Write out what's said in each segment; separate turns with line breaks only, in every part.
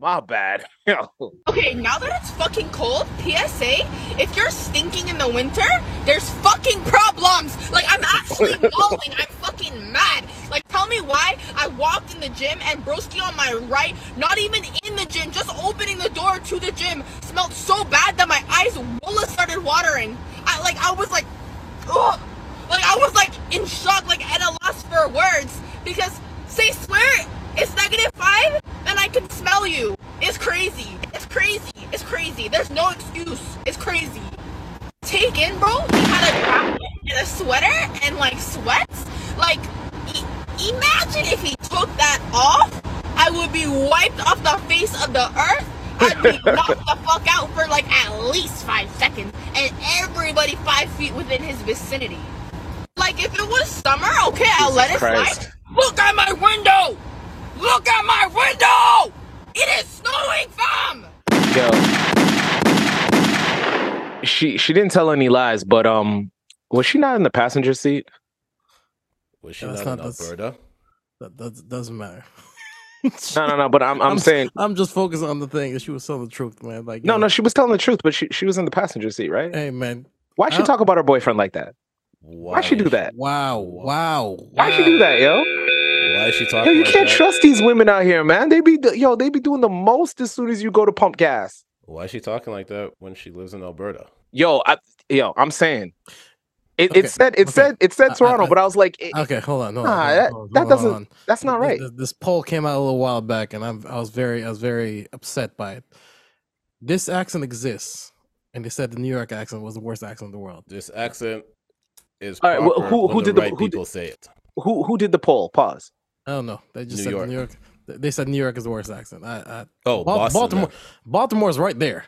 My bad. Yo.
Okay, now that it's fucking cold, PSA, if you're stinking in the winter, there's fucking problems. Like, I'm actually bawling. I'm fucking mad. Like, tell me why I walked in the gym and Broski on my right, not even in the gym, just opening the door to the gym, smelled so bad that my eyes wolla started watering. I, like, I was like, ugh. Like, I was like in shock, like at a loss for words. Because, say, swear, it's negative five and I can smell you. It's crazy. It's crazy. It's crazy. There's no excuse. It's crazy. Take in, bro. He had a jacket and a sweater and like sweats. Like, e- imagine if he took that off. I would be wiped off the face of the earth. I'd be knocked the fuck out for like at least five seconds, and everybody five feet within his vicinity. Like, if it was summer, okay, I'll
Jesus
let it
Christ.
slide. Look at my window. Look at my window! It is snowing, fam!
Yo. She she didn't tell any lies, but um was she not in the passenger seat?
Was she
That's not-
not in
that's-
Alberta?
That, that doesn't matter.
No, no, no, but I'm I'm, saying
I'm just focused on the thing that she was telling the truth, man. Like
no,
yo,
no, she was telling the truth, but she, she was in the passenger seat, right?
Hey man.
Why'd she
I-
talk about her boyfriend like that?
Why
Why'd she do that?
Wow, wow.
Why'd she do that, yo?
Why is she
Yo,
talking?
you
like
can't
that?
trust these women out here, man. They be do- yo, they be doing the most as soon as you go to pump gas.
Why is she talking like that when she lives in Alberta?
Yo, I, yo, I'm saying it,
Okay,
it said it
okay.
said it said
I- I-
Toronto,
I-
but I was like, it,
Okay, hold on. Hold on,
Nah,
hold on,
that-
hold on,
that
hold
doesn't-
on.
that's not
Th-
right.
th- This poll came out a little while back, and I'm, I was very, I was very upset by it. This accent exists, and they said the New York accent was the worst accent in the world.
This accent is
All right, wh-
proper
who-
when
who
the
did the-
right
who did-
people say it.
Who who did the poll? Pause.
I don't know. They just
New
said the
York.
New York. th- They said New York is the worst accent. I, I,
Oh,
Bal-
Boston.
Baltimore, uh,
then.
Baltimore's right there,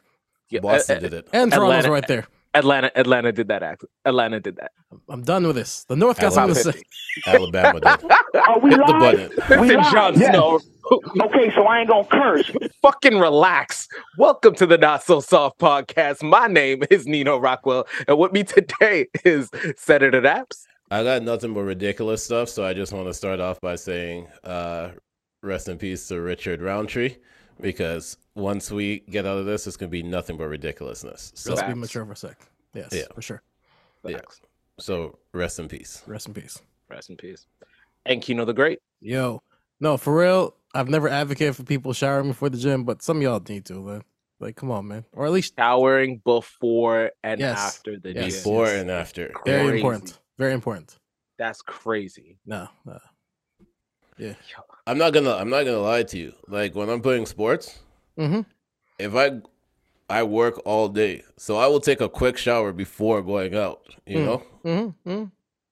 Yeah,
Boston
A-
did it.
and Toronto's
Atlanta-
right there.
A- Atlanta Atlanta did that. Act. Atlanta did that.
I'm done with this. The North got
Alabama.
something to say.
Alabama did.
Are we
Hit the
live?
button.
We
Listen,
live,
Jon
yes.
Snow,
Okay, so I ain't gonna curse.
fucking relax. Welcome to the Not So Soft podcast. My name is Nino Rockwell, and with me today is Senator Apps.
I got nothing but ridiculous stuff, so I just want to start off by saying, uh, rest in peace to Richard Roundtree, because once we get out of this, it's gonna be nothing but ridiculousness. So,
Let's be
Facts.
mature for a sec. Yes,
Yeah.
for sure.
Yeah. so rest in peace.
Rest in peace.
Rest in peace. And Kino the Great.
Yo, no, for real. I've never advocated for people showering before the gym, but some of y'all need to, man. Like, come on, man. Or at least
Towering before and
Yes.
after the
Yes.
gym.
Before and after.
Very
Crazy.
important. Very important.
That's crazy.
No, no.
I'm not gonna. I'm not gonna lie to you. Like when I'm playing sports,
Mhm.
if I I work all day, so I will take a quick shower before going out. You
Mm.
know,
Mm-hmm. mm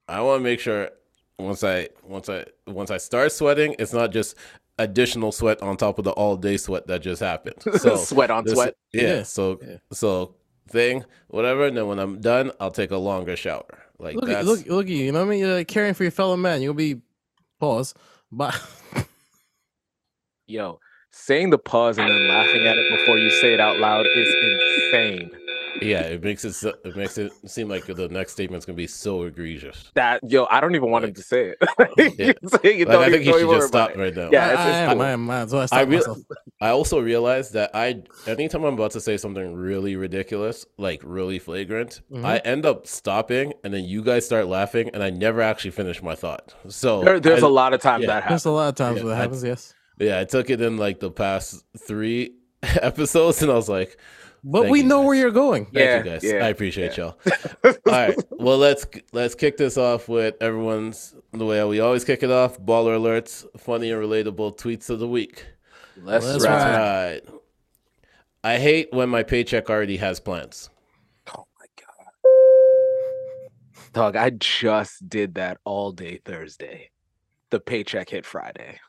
I want to make sure once I once I once I start sweating, it's not just additional sweat on top of the all day sweat that just happened. So
sweat on
this-
sweat.
Yeah.
Yeah,
So
yeah.
so thing whatever, and then when I'm done, I'll take a longer shower. Like
Look, at,
that's
look, look at you. You know what I mean? You're like caring for your fellow man. You'll be pause, but
Yo, saying the pause and then laughing at it before you say it out loud is insane.
yeah, it makes it so- it makes it seem like the next statement's gonna be so egregious.
That yo, I don't even want him to say it. It's like, you
Like,
don't
I
even-
think you
don't
should
even worry
just
about
stop
it.
right now.
Yeah,
I,
it's-
I
it's
am.
cool.
I am. I am. So I,
I
stopped
really-
myself.
I also realized that I, anytime I'm about to say something really ridiculous, like really flagrant,
Mhm.
I end up stopping, and then you guys start laughing, and I never actually finish my thought. So
There- there's
a
a lot of times
yeah.
that happens.
There's a lot of times
Yeah,
where that
I-
happens. yes,
yeah, I took it in like the past three episodes, and I was like,
but
thank
we
you,
know where
guys.
you're going.
"Thank
Yeah,
you guys,
yeah,
I appreciate y'all." All right, well let's let's kick this off with everyone's the way we always kick it off: baller alerts, funny and relatable tweets of the week.
Let's
Let's
ride.
ride.
Right. I hate when my paycheck already has plans.
Oh my god. Dog, I just did that all day Thursday. The paycheck hit Friday.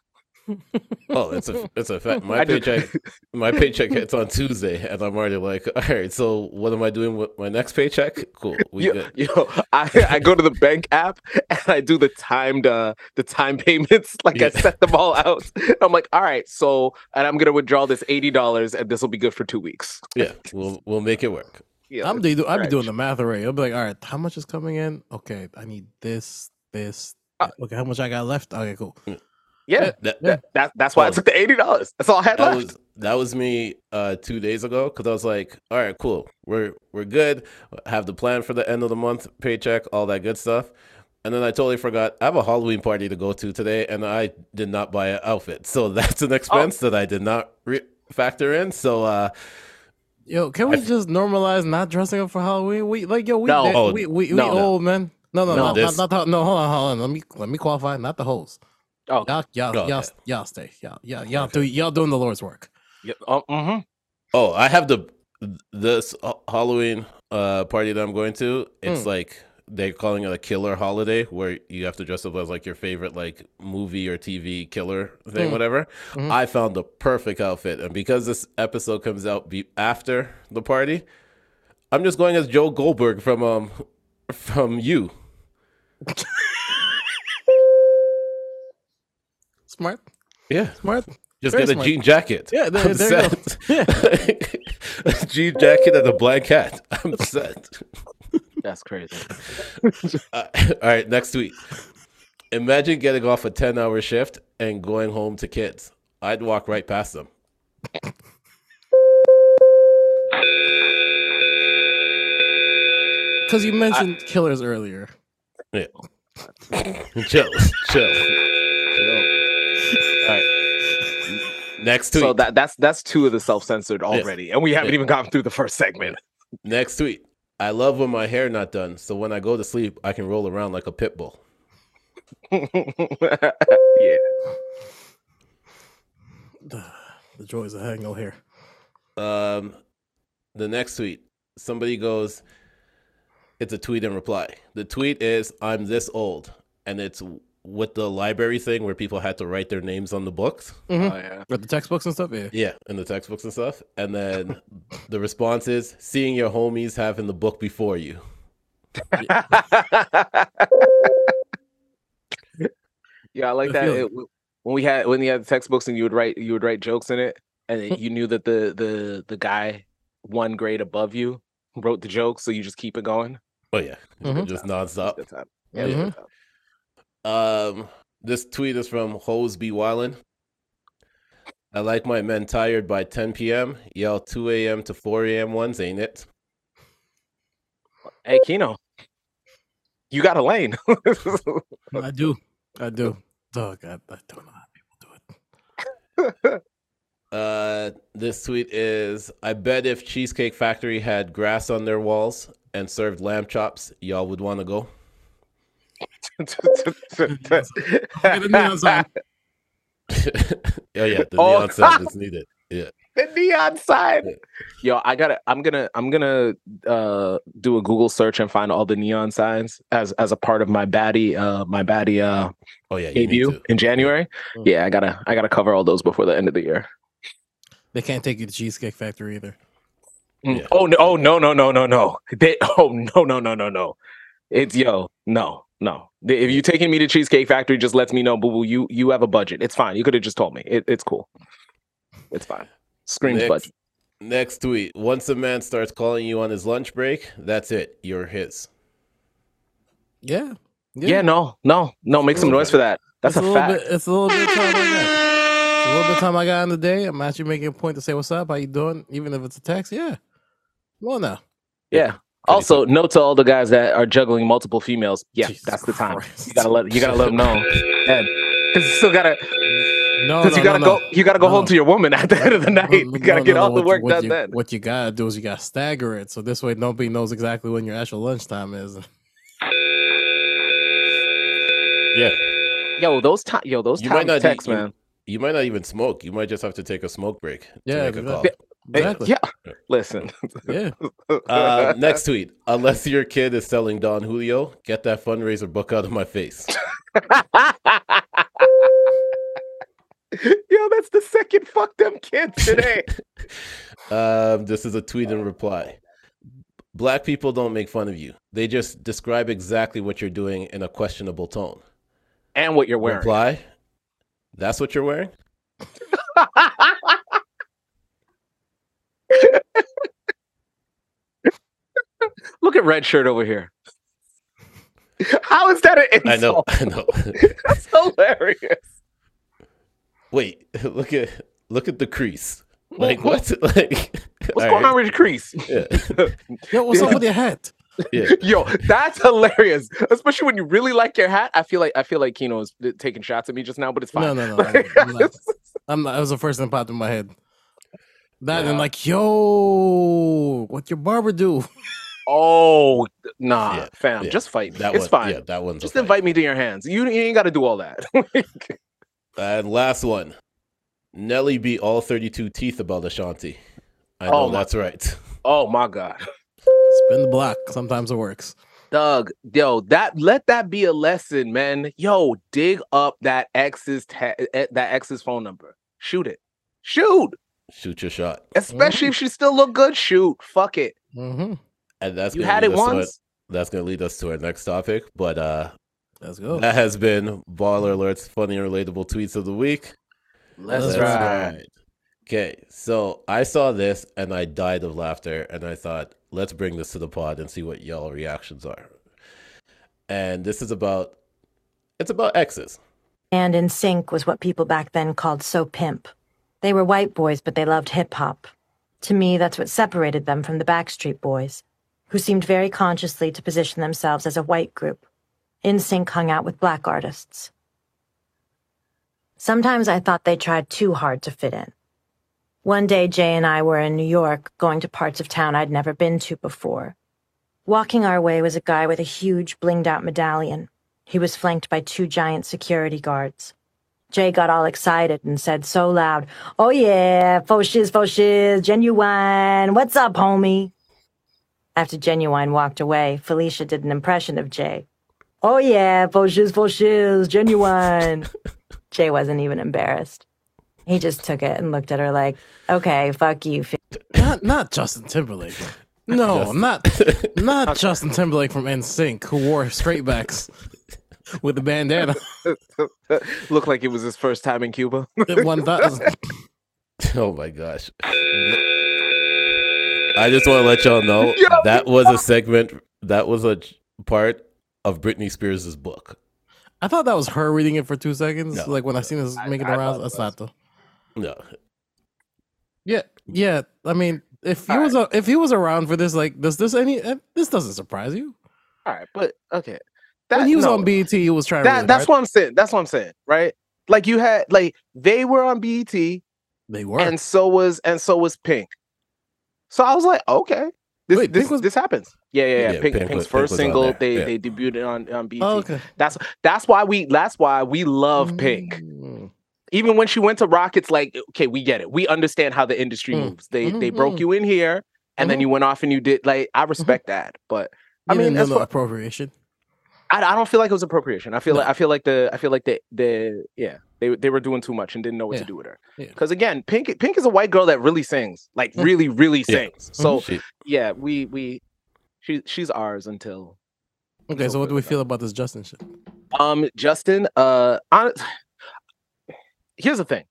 Oh, it's a it's a fact. My
I just-
paycheck my paycheck hits on Tuesday, and I'm already like, all right. So what am I doing with my next paycheck? Cool, we
Yo,
good.
yo, I, I go to the bank app and I do the timed uh the time payments. Like I
Yeah.
set them all out. I'm like, all right, so and I'm gonna withdraw this eighty dollars and this will be good for two weeks.
Yeah, we'll we'll make it work.
Yeah,
I'm do, I'll be
stretch.
doing the math already. I'll be like, all right, how much is coming in? Okay, I need this, this.
Uh,
that. okay, how much I got left? Okay, cool.
yeah,
That
Yeah.
that, that's why I
Oh.
took the eighty dollars. That's all I had left.
that was that was me uh two days ago because I was like, all right, cool, we're we're good. Have the plan for the end of the month paycheck, all that good stuff. And then I totally forgot. I have a Halloween party to go to today, and I did not buy an outfit, so that's an expense that I did not re- factor in. So uh,
Yo, can we
I f-
just normalize not dressing up for Halloween? We like yo, we
No.
that-
Oh,
we, we, we
no, no.
old man. No, no,
No,
no, not,
this-
not, the- no. Hold on, hold on. Let me let me qualify. Not the hoes.
Oh,
Y'all, y'all,
Oh,
y'all,
okay.
y'all stay. Y'all, y'all, y'all, do, y'all doing the Lord's work.
yeah, uh, mhm.
Oh, I have the this Ha- Halloween uh party that I'm going to. It's
Mm.
like they're calling it a killer holiday where you have to dress up as like your favorite like movie or TV killer thing,
Mm.
whatever.
Mhm.
I found the perfect outfit, and because this episode comes out be- after the party, I'm just going as Joe Goldberg from um from you.
Smart,
Yeah,
smart.
just
Very
get a
smart.
jean jacket.
Yeah, there-
I'm
there you go.
set. a jean jacket and a black hat. I'm set.
that's crazy.
Uh, all right, next week. Imagine getting off a 10 hour shift and going home to kids. I'd walk right past them.
Because you mentioned killers earlier.
Yeah. chill, chill, chill. All right. Next tweet.
So that that's that's two of the self censored already, and we haven't
Yeah.
even gotten through the first segment.
Next tweet. I love when my hair not done, so when I go to sleep, I can roll around like a pit bull.
yeah,
The joys of having no hair.
Um, the next tweet. Somebody goes. It's a tweet in reply. The tweet is, "I'm this old," and it's with the library thing where people had to write their names on the books.
Oh, yeah.
Read the textbooks and stuff. Yeah.
Yeah, in the textbooks and stuff. And then the response is seeing your homies having the book before you.
yeah, I like
I
that.
feel
It-
you.
w- when we had when you had textbooks and you would write you would write jokes in it, and then you knew that the the the guy one grade above you wrote the joke, so you just keep it going.
Oh yeah,
Mhm.
just nonstop.
Good time.
Yeah.
mm-hmm.
good time.
Um, this tweet is from Hose B Wyland. I like my men tired by 10 p.m. Y'all 2 a.m. to 4 a.m. ones, ain't it?
Hey Kino, you got a lane.
I do. I do. Oh God, I don't know how people do it.
Uh, this tweet is I bet if Cheesecake Factory had grass on their walls and served lamb chops, y'all would want to go.
Get a neon sign.
oh yeah, the
Oh.
neon sign is needed. Yeah.
the neon sign.
Yeah.
Yo, I gotta. I'm gonna. I'm gonna uh, do a Google search and find all the neon signs as as a part of my baddie. Uh, my baddie uh,
Oh yeah, you need
debut
to.
in January.
Mm.
Yeah, I gotta. I gotta cover all those before the end of the year.
They can't take you to Cheesecake Factory either.
Mm.
Yeah.
Oh no! Oh no! No! No! No! No! They, oh no! No! No! No! No! It's yo. No. No. They- If you taking me to Cheesecake Factory, just lets me know, boo boo. You you have a budget. It's fine. You could have just told me. It, it's cool. It's fine. Screams
Next-
budget.
Next tweet. Once a man starts calling you on his lunch break, that's it. You're his.
Yeah.
Yeah. No. No. No. Make some
Okay.
noise for that. That's
it's
a
little
fact.
Bit, it's a little bit of time I got. It's a little bit of time I got in the day. I'm actually making a point to say what's up, how you doing, even if it's a text. Yeah. Well, now.
Yeah. Also, note to all the guys that are juggling multiple females. Yeah,
Jesus
that's the time. You
Christ.
gotta let you gotta let them know. Because you still gotta
No,
because
no,
you
no,
gotta
no.
go you gotta go
No,
home
no.
to your woman at the end of the night.
No,
You gotta
no,
get
no,
all
no,
the
what
work
you- what
done
you-
then.
What you gotta do is you gotta stagger it, so this way nobody knows exactly when your actual lunchtime is.
Yeah.
Yo, those time yo, those
You
you
might
time
not
texts,
eat- you-
man.
You might not even smoke. You might just have to take a smoke break.
Yeah,
To make a call.
exactly.
Hey,
Exactly.
Yeah. Listen.
Yeah.
Uh, next tweet. Unless your kid is selling Don Julio, get that fundraiser book out of my face.
Yo, that's the second fuck them kid today.
Um, this is a tweet in reply. Black people don't make fun of you. They just describe exactly what you're doing in a questionable tone.
and what you're wearing.
Reply. That's what you're wearing?
Look at red shirt over here. How is that an insult?
I know. I know.
That's hilarious.
Wait, look at look at the crease. Like what? Like
What's
all
going
right,
on with your crease?
Yeah,
Yo, what's up with your hat?
yeah.
Yo, that's hilarious. Especially when you really like your hat. I feel like I feel like Kino is uh, taking shots at me just now, but it's fine.
No, no, no. no, no, I'm not. I'm not. That was the first thing that popped in my head. That and
Yeah.
like, yo, what your barber do?
Oh nah,
Yeah,
fam.
yeah.
Just fight me.
That
it's
one,
fine.
Yeah, that one's a
Just
fight.
invite me to your hands. You, you ain't gotta do all that. Like,
And last one. Nelly beat all 32 teeth about Ashanti. I know
Oh my-
that's right.
oh my god.
Spin the block. Sometimes it works.
Doug, yo, that let that be a lesson, man. Yo, dig up that ex's ta- eh, that ex's phone number. Shoot it. Shoot.
Shoot your shot.
Especially
Mm.
if she still look good. Shoot. Fuck it.
Mm-hmm.
And that's
You
gonna
had
lead
it
us to our-
once.
that's gonna lead us to our next topic. But uh
Let's go.
that has been Baller Alert's funny and relatable tweets of the week.
Let's
Let's
try.
ride. Okay, so I saw this and I died of laughter, and I thought, let's bring this to the pod and see what y'all reactions are. And this is about, it's about exes.
And in sync was what people back then called so pimp. They were white boys, but they loved hip hop. To me, that's what separated them from the Backstreet Boys, who seemed very consciously to position themselves as a white group. In sync hung out with black artists. Sometimes I thought they tried too hard to fit in. One day, Jay and I were in New York, going to parts of town I'd never been to before. Walking our way was a guy with a huge, blinged out medallion. He was flanked by two giant security guards. Jay got all excited and said so loud, Oh yeah, fo shiz, fo shiz, genuine, what's up, homie? After Genuine walked away, Felicia did an impression of Jay. Oh yeah, fo shiz, fo shiz, genuine. Jay wasn't even embarrassed. He just took it and looked at her like, Okay, fuck you,
Not not Justin Timberlake. No, not not Justin Timberlake from NSYNC who wore straightbacks with a bandana
Looked like it was his first time in Cuba.
at one thousand.
Oh my gosh. I just want to let y'all know that was a segment, that was a j- part of Britney Spears' book.
I thought that was her reading it for two seconds.
No.
like when I seen this making
I
the rounds,
thought it
that's
was.
not the.
No,
Yeah, yeah. I mean, if he was a, if he was around for this, like, does this any? eh, This doesn't surprise you.
All right, but okay.
when he was
no.
on BET, he was trying. to
That,
really
that's
hard.
what I'm saying. That's what I'm saying, right? Like you had like they were on E BET
they were.
and so was and so was Pink. So I was like, okay. This
Wait,
this,
Pink was-
this happens. Yeah, yeah, yeah. Pink,
Yeah, Pink
Pink's
was- Pink
first
was on
single,
there,
they
yeah.
they debuted on, on BET.
Oh, okay.
That's that's why we that's why we love Pink.
Mm.
Even when she went to Rockets, like, okay, we get it. We understand how the industry
Mm.
moves. They they
Mhm,
broke
mhm.
you in here and then
Mhm.
you went off and you did like I respect that. But I
You didn't
mean,
know
as
the
far,
appropriation.
I, I don't feel like it was appropriation. I feel
No.
like I feel like the I feel like the the yeah they they were doing too much and didn't know what to
Yeah.
do with her.
Yeah.
Because again, Pink Pink is a white girl that really sings, like
Yeah.
really really
Yeah. Mm-hmm.
sings. So
she-
yeah, we we she she's ours until
Okay, so what do
Appropriate,
we
yeah.
feel about this Justin shit?
um Justin. Uh, hon- here's the thing.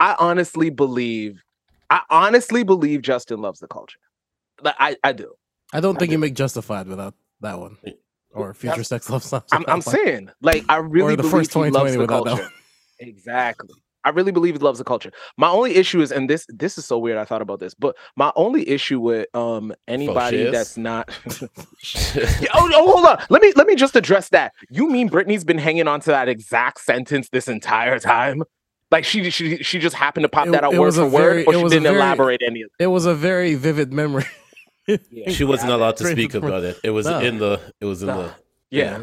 I honestly believe, I honestly believe Justin loves the culture. Like I I do.
I don't think you make Justified without that one or Future Sex Love Songs.
I'm, I'm saying, like, I really
the
believe
first
he
2020
loves the
without that
culture.
one.
Exactly. I really believe he loves the culture. My only issue is, and this this is so weird. I thought about this, but my only issue with um anybody
shiz?
that's not. Yeah, oh, oh, hold on. Let me let me just address that. You mean Britney's been hanging on to that exact sentence this entire time? Like she she she just happened to pop
It-
that out
it
word
was a
for
very-
word,
it
or she
was a
didn't
very-
elaborate any of
It was a very vivid memory.
it.
she wasn't allowed to
Straight
speak
from-
about it. It was
Nah.
in the, it was in
Nah.
the,
Yeah.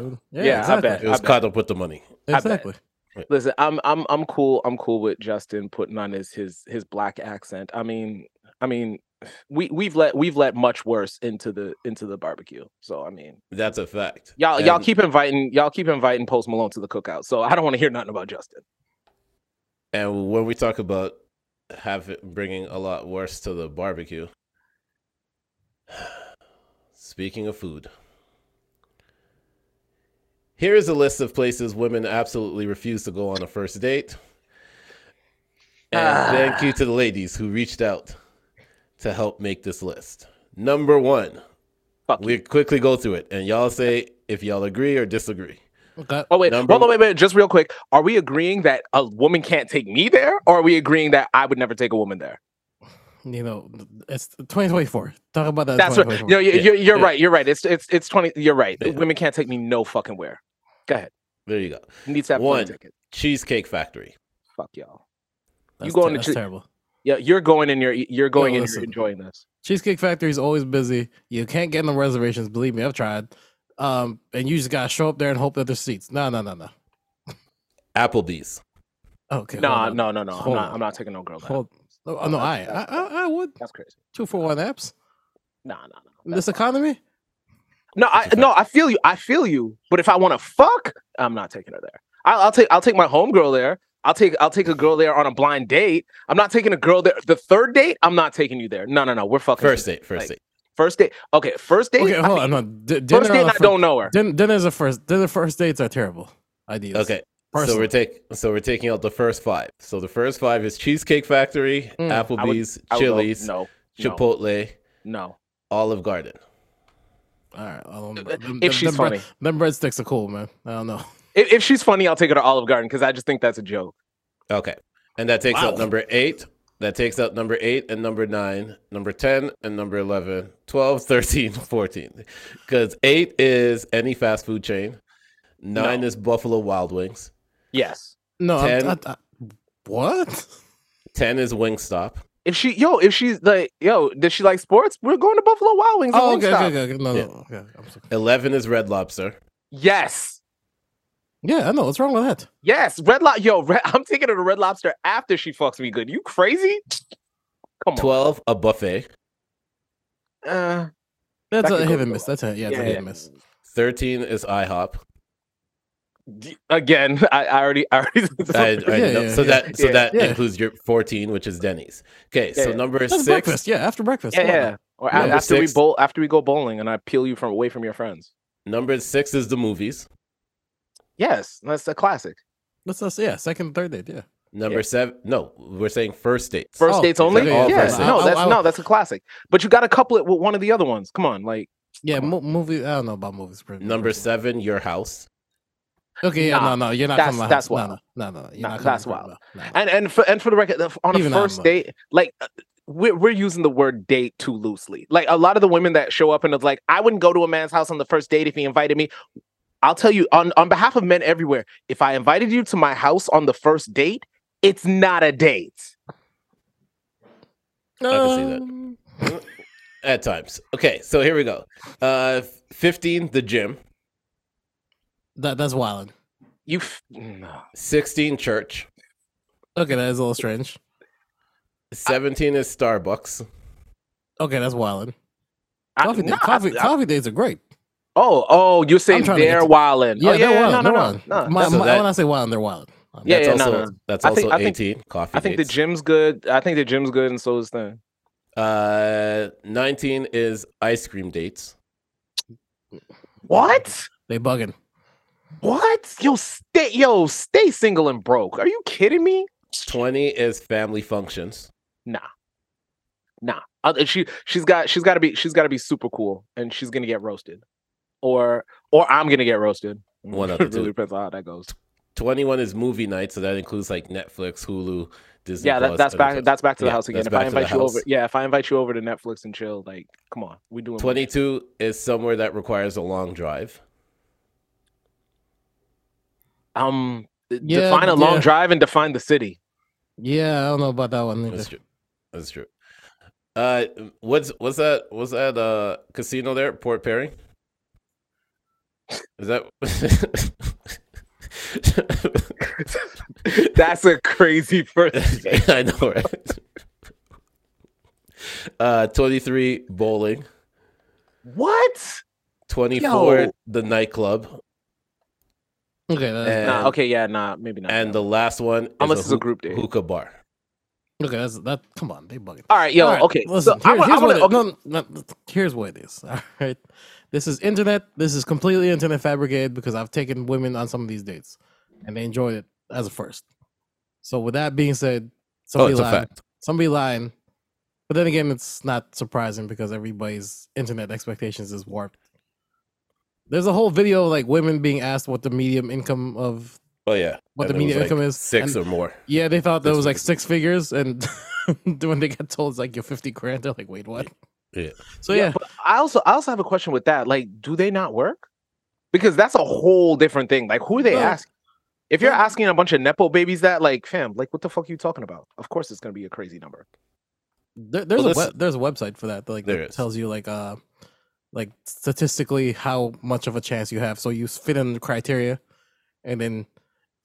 yeah,
Yeah, I
exactly.
bet.
it was
bet.
caught up with the money.
bet.
Exactly.
Listen, I'm I'm I'm cool. I'm cool with Justin putting on his his his black accent. I mean, I mean, we we've let we've let much worse into the into the barbecue. So I mean,
That's a fact.
y'all y'all
And-
keep inviting y'all keep inviting Post Malone to the cookout. So I don't want to hear nothing about Justin.
And when we talk about have it bringing a lot worse to the barbecue, speaking of food, here is a list of places women absolutely refuse to go on a first date. And
Ah.
thank you to the ladies who reached out to help make this list. Number one,
Fuck
we quickly go through it, and y'all say if y'all agree or disagree.
Okay.
Oh wait,
Number
hold on,
one-
wait, wait, just real quick. Are we agreeing that a woman can't take me there, or are we agreeing that I would never take a woman there?
You know, th- it's 2024. Talk about that.
That's right.
2024.
No, you-
Yeah,
you're, you're
yeah.
right. You're right. It's it's it's twenty. You're right.
Yeah.
Women can't take me no fucking where. Go ahead.
There you go.
Needs to have one
One.
ticket.
Cheesecake Factory.
Fuck y'all.
That's
go
ter-
on the
that's
chi-
terrible.
Yeah, you're going and you're you're going and you're
listen.
enjoying this.
Cheesecake Factory is always busy. You can't get no reservations. Believe me, I've tried. Um, and you just gotta show up there and hope that there's seats. No, no, no, no.
Applebee's.
Okay.
Nah,
hold on.
no, no, no. I'm
Hold
not.
on.
I'm not taking no girl. back.
Hold. Oh, no, I, I, I, I would
That's crazy.
two for one apps.
Nah, nah, nah.
In
That's
this
fine.
economy,
No, I no, I feel you. I feel you. But if I want to fuck, I'm not taking her there. I'll, I'll take I'll take my homegirl there. I'll take I'll take a girl there on a blind date. I'm not taking a girl there. The third date, I'm not taking you there. No, no, no. We're fucking
First date. First
Like,
date.
First date. Okay, first date.
okay.
I
Hold
mean,
on, no, di- dinner
first
on
date.
the
I
fir-
don't know her.
Din- dinners are first. Dinner first dates are terrible ideas.
Okay. So
Personally.
we're taking so we're taking out the first five. So the first five is Cheesecake Factory,
Mm.
Applebee's,
I would go,
Chili's,
No, no,
Chipotle,
no.
Olive Garden.
All right. I don't,
If
them,
she's
them bread-
funny.
them breadsticks are cool, man. I don't know.
If, if she's funny, I'll take her to Olive Garden because I just think that's a joke.
Okay. And that takes out
Wow.
number eight. That takes out number eight and number nine, number 10 and number 11, 12, 13, 14. Because eight is any fast food chain, nine
No.
is Buffalo Wild Wings,
Yes.
No, I'm, I,
Ten.
I, what?
10 is Wingstop.
If she yo, if she's like yo, does she like sports? We're going to Buffalo Wild Wings. and
Oh, okay,
Wingstop.
okay, okay, no,
Yeah.
no, okay. I'm sorry.
11 is Red Lobster.
Yes.
Yeah, I know. What's wrong with that?
Yes, Red Lobster. Yo, Red, I'm taking her to Red Lobster after she fucks me good. You crazy? Come on.
12, a buffet.
Uh,
That's
That
a
could
hit
go
and
so
miss. That's a yeah, it's
Yeah,
a hit
yeah.
and miss.
13 is IHOP.
d- again, I, I already, I already.
I- I
Yeah,
know.
yeah,
so
yeah.
that so
Yeah.
that
Yeah.
includes your 14, which is Denny's. Okay,
Yeah,
so
yeah.
number
That's
six.
breakfast. Yeah, after breakfast.
yeah,
come on
yeah.
now.
Or a-
Number
after
six.
we bowl, after we go bowling, and I peel you from away from your friends.
Number six is the movies.
Yes, that's a classic.
Let's, let's yeah, second, third date. Yeah.
Number
Yeah.
seven. No, we're saying first dates.
First
Oh,
dates
okay,
only.
okay,
Yeah,
yeah, first
no,
dates.
that's
I- I-
no, that's a classic. But you got to couple it with one of the other ones. Come on, like
Yeah,
Come
mo- movie. I don't know about movies. per-
Number
personally.
seven, your house.
Okay, yeah,
Nah,
no, no, you're not
that's-
coming. to my
that's
house.
wild.
No, no, no, no, you're
Nah,
not coming
that's
to my-
wild.
no, no.
and and for and for the record, the- on a
Even I'm
first
like-
date, like uh, we're we're using the word date too loosely. Like a lot of the women that show up and it's like, I wouldn't go to a man's house on the first date if he invited me. I'll tell you on on behalf of men everywhere, if I invited you to my house on the first date, it's not a date.
can see that.
Um,
At times. Okay, so here we go. Uh, 15, the gym.
that. That's wild.
You f- no.
16, church.
Okay, that is a little strange.
17 is Starbucks.
Okay, that's wild.
I-
Coffee,
no,
date,
I-
coffee,
I-
coffee dates are great.
Oh, oh, you're saying
trying to get
they're
to-
wildin'.
Yeah,
oh, yeah,
they're
yeah, no,
wild.
no,
they're
no,
wild.
no.
My,
So
my-
that-
when I say wild, they're wild. Um,
Yeah,
That's
yeah, no,
also,
no, no.
That's
I
also
think- I think-
18, coffee
I think the
dates.
gym's good. I think the gym's good, and so is the.
Uh, 19 is ice cream dates.
What?
They bugging.
What? Yo, stay yo, stay single and broke. Are you kidding me?
20 is family functions.
Nah. Uh, she she's got she's got to be she's got to be super cool and she's going to get roasted. Or or I'm going to get roasted.
One of
it
the
really
two.
depends on how that goes.
21 is movie night, so that includes like Netflix, Hulu, Disney.
yeah, that,
Plus,
that's
and
back
stuff.
that's back to the
Yeah,
house again.
that's
If I
back to the
invite you over,
house.
yeah, if I invite you over to Netflix and chill, like come on. We doing
22 is somewhere that requires a long drive.
um d-
Yeah,
define a long
yeah.
drive and define the city.
Yeah, I don't know about that one. either.
That's true. That's true. Uh, what's what's that? What's that? Uh, casino there, Port Perry. Is that?
That's a crazy first. date.
I know, right? Uh, twenty-three bowling,
what?
twenty-four
Yo.
the nightclub,
Okay, that,
and,
Nah, okay, yeah, nah, maybe not.
and the last one is
Unless it's a
hook-
group date.
hookah bar.
okay, that's that. Come on, they bugging.
All right, yo,
All right,
okay.
Listen,
so
here-
I
here's,
want
what
to
it- no, no, no, here's what it is. All right. This is internet. This is completely internet fabricated because I've taken women on some of these dates and they enjoyed it as a first. So with that being said,
Oh,
somebody
it's a
lying.
fact.
Somebody lying. But then again, it's not surprising because everybody's internet expectations is warped. There's a whole video of like women being asked what the medium income of
Oh yeah.
What
And
the
it
media
was,
income
like,
is,
six
and-
or more.
Yeah, they thought that
Six
was like
figures.
six figures, and when they got told it's like you're fifty grand, they're like, wait, what?
Yeah.
So yeah,
but I also I also have a question with that. Like, do they not work? Because that's a whole different thing. Like, who are they
No.
asking? If you're
No.
asking a bunch of nepo babies that, like, fam, like, what the fuck are you talking about? Of course, it's gonna be a crazy number.
there, there's
Well,
a
this-
web, there's a website for that. that, Like
There
that
is.
tells you like uh like statistically how much of a chance you have. So you s- fit in the criteria, and then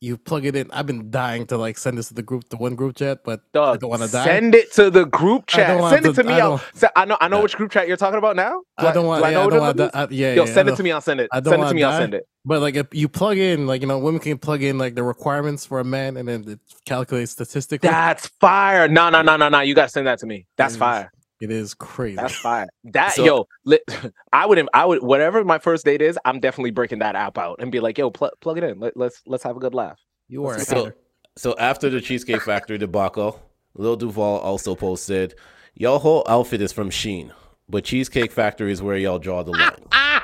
you plug it in. I've been dying to like send this to the group, the one group chat, but
Dog,
don't wanna die.
Send it to the group
I don't
chat.
want
Send it
to-
to me.
I
I'll,
don't-
se- I know. I know
Yeah.
which group chat you're talking about now. Do
I don't want.
do
yeah, I
what
don't
it
want
is?
that. I, yeah,
Yo,
yeah,
send
I
it to me. I'll send it.
I don't
Send it
wanna
to me. I'll
die.
send it.
But like if you plug in, like you know, women can plug in like the requirements for a man, and then it calculates statistically.
That's fire. No, no, no, no, no. You gotta send that to me. That's
Yes.
fire.
it is crazy.
That's fire. That
So-
yo, li- I would, I would, whatever my first date is, I'm definitely breaking that app out and be like, yo, pl- plug it in. Let, let's let's have a good laugh.
you are a
So-
hater.
So after the Cheesecake Factory debacle, Lil Duval also posted, "Y'all whole outfit is from Sheen, but Cheesecake Factory is where y'all draw the line."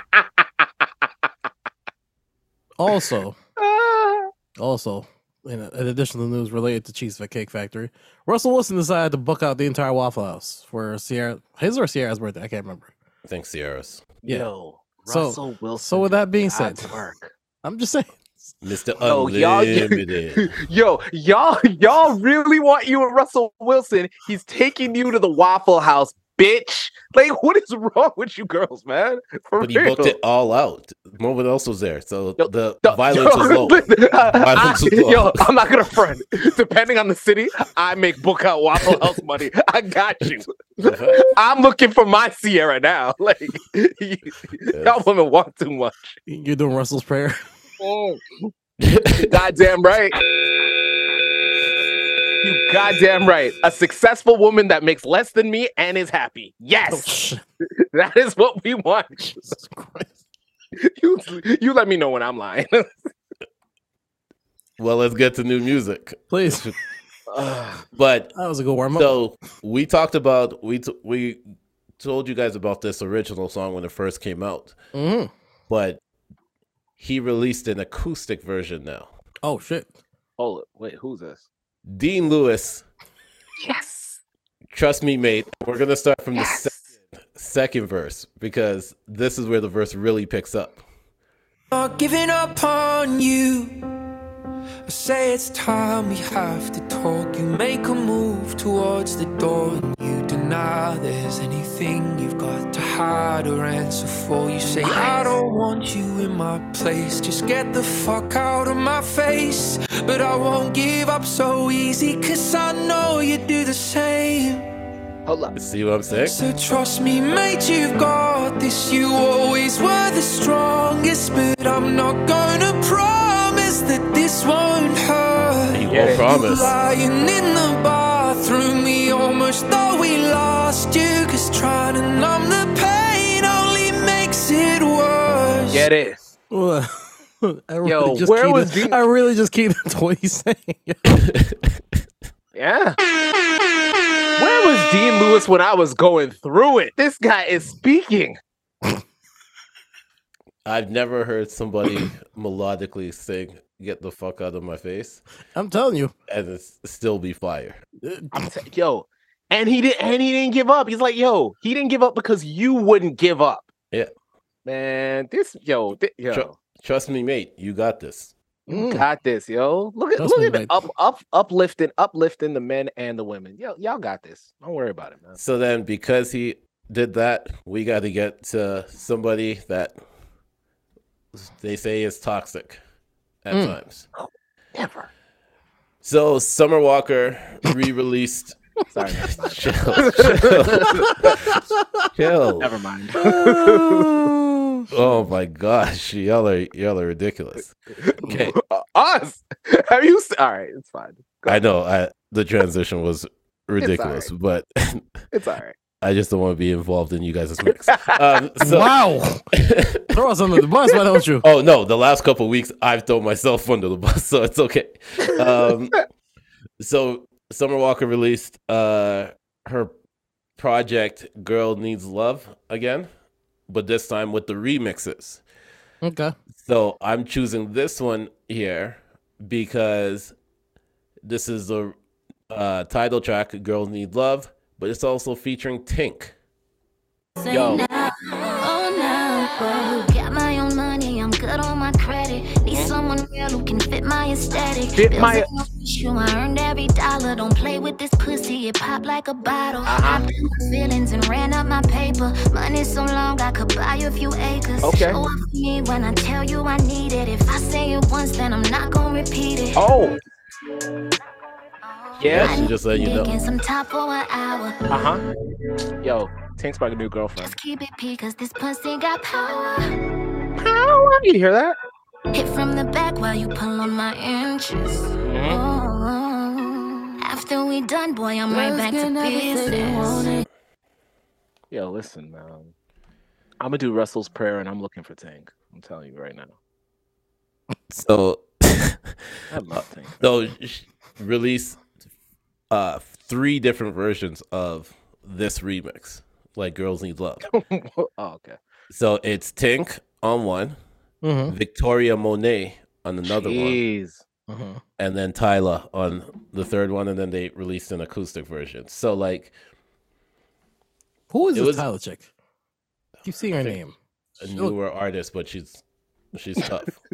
Also,
Ah.
Also, in, in addition to news related to Cheese at Cake Factory, Russell Wilson decided to book out the entire Waffle House for Sierra, his or Sierra's birthday. I can't remember.
Thanks, Sierras,
Yeah.
Yo,
So-
Russell Wilson.
so with that being
God's
said,
work.
I'm just saying.
Mister
Yo, y'all-
Unlimited.
yo, y'all, y'all really want you and Russell Wilson? He's taking you to the Waffle House, bitch. Like, what is wrong with you girls, man? For
But he booked
real.
it all out. No one else was there, so
Yo,
the
Yo,
violence
yo,
was low.
listen, uh,
Violence
I-
was low.
Yo, I'm not gonna front. Depending on the city, I make book out Waffle House money. I got you. I'm looking for my Sierra now. Like y'all women want too much.
You're doing Russell's prayer.
Goddamn right. You goddamn right. A successful woman that makes less than me and is happy.
Oh,
Yes,
shit,
that is what we want.
Jesus Christ.
You, you let me know when I'm lying.
well, let's get to new music.
Please.
Ugh.
But
That was a good warm up.
so we talked about we t- we told you guys about this original song when it first came out.
Mhm.
but he released an acoustic version now.
Oh, shit.
Hold it. Wait, who's this?
Dean Lewis,
Yes.
trust me, mate. We're gonna start from
yes.
the se- second verse because this is where the verse really picks up.
Not giving up on you. I say it's time we have to talk. You make a move towards the door and you deny there's anything you've got to hide or answer for. You say, I don't want you in my place. Just get the fuck out of my face. But I won't give up so easy, cause I know you do the same.
Hold up.
See what I'm saying?
So trust me, mate, you've got this. You always were the strongest, but I'm not gonna promise that this won't hurt.
You
Get
won't
it.
promise.
Lying in the bathroom, we almost thought we lost you. Cause trying to numb the pain only makes it worse.
Get it.
I really
Yo,
just
where
keyed
was
in-
Dean-
I really just keyed into what he's saying.
Yeah. Where was Dean Lewis when I was going through it? This guy is speaking.
I've never heard somebody melodically sing "Get the fuck out of my face"
I'm telling you.
and it's still be fire.
I'm t- yo, and he didn't and he didn't give up. He's like, yo, he didn't give up because you wouldn't give up.
Yeah.
Man, this yo, thi- yo,
Sure. Trust me, mate. You got this.
you
Mm.
got this, yo. Look at
Trust
look
me,
at the
mate.
up up uplifting, uplifting the men and the women. Yo, y'all got this. Don't worry about it, man.
So then, because he did that, we got to get to somebody that they say is toxic at
Mm.
times.
Never.
So Summer Walker re-released.
Sorry, never mind.
chill, chill, chill.
Never mind.
Mm.
Oh my gosh, y'all are y'all are ridiculous. Okay,
Us. Have you s- all right, it's fine. Go
I
ahead.
know I, the transition was ridiculous, but
It's all right.
I just don't want to be involved in you guys' mix. Um, so,
wow. Throw us under the bus, why don't you?
Oh no, the last couple weeks I've thrown myself under the bus, so it's okay. Um, so Summer Walker released uh, her project "Girl Needs Love" again, but this time with the remixes.
Okay.
So I'm choosing this one here because this is the uh, title track "Girls Need Love," but it's also featuring Tink.
Yo.
Oh no, got my own money, I'm good on my credit. Need someone real who can fit my aesthetic.
Fit
Bills
my-
ain't no issue, I earned every dollar. Don't play with this pussy, it pop like a bottle.
Uh-huh.
I built my feelings and ran up my paper. Money so long I could buy a few acres.
Okay.
Show up for me when I tell you I need it. If I say it once, then I'm not gonna repeat it.
Oh,
Yeah,
yeah.
she just let you know.
Making some time for an hour.
Uh huh. Yo, Tink's like a new girlfriend.
Just keep it P, cause this pussy got power.
You hear that?
Hit from the back while you pull on my inches.
Mm-hmm.
Oh, after we done, boy, I'm right back to business.
Yo, listen, man. I'm gonna do Russell's prayer, and I'm looking for Tink. I'm telling you right now.
So,
I love Tink.
so sh- release uh, three different versions of this remix, like "Girls Need Love."
oh, okay.
So it's Tink on one,
Mm-hmm.
Victoria Monet on another one,
Jeez.
Mm-hmm.
and then Tyla on the third one, and then they released an acoustic version. So like
Who is
It
this
was-
Tyler chick? Keep seeing her name.
a
She look-
newer artist, but she's she's tough.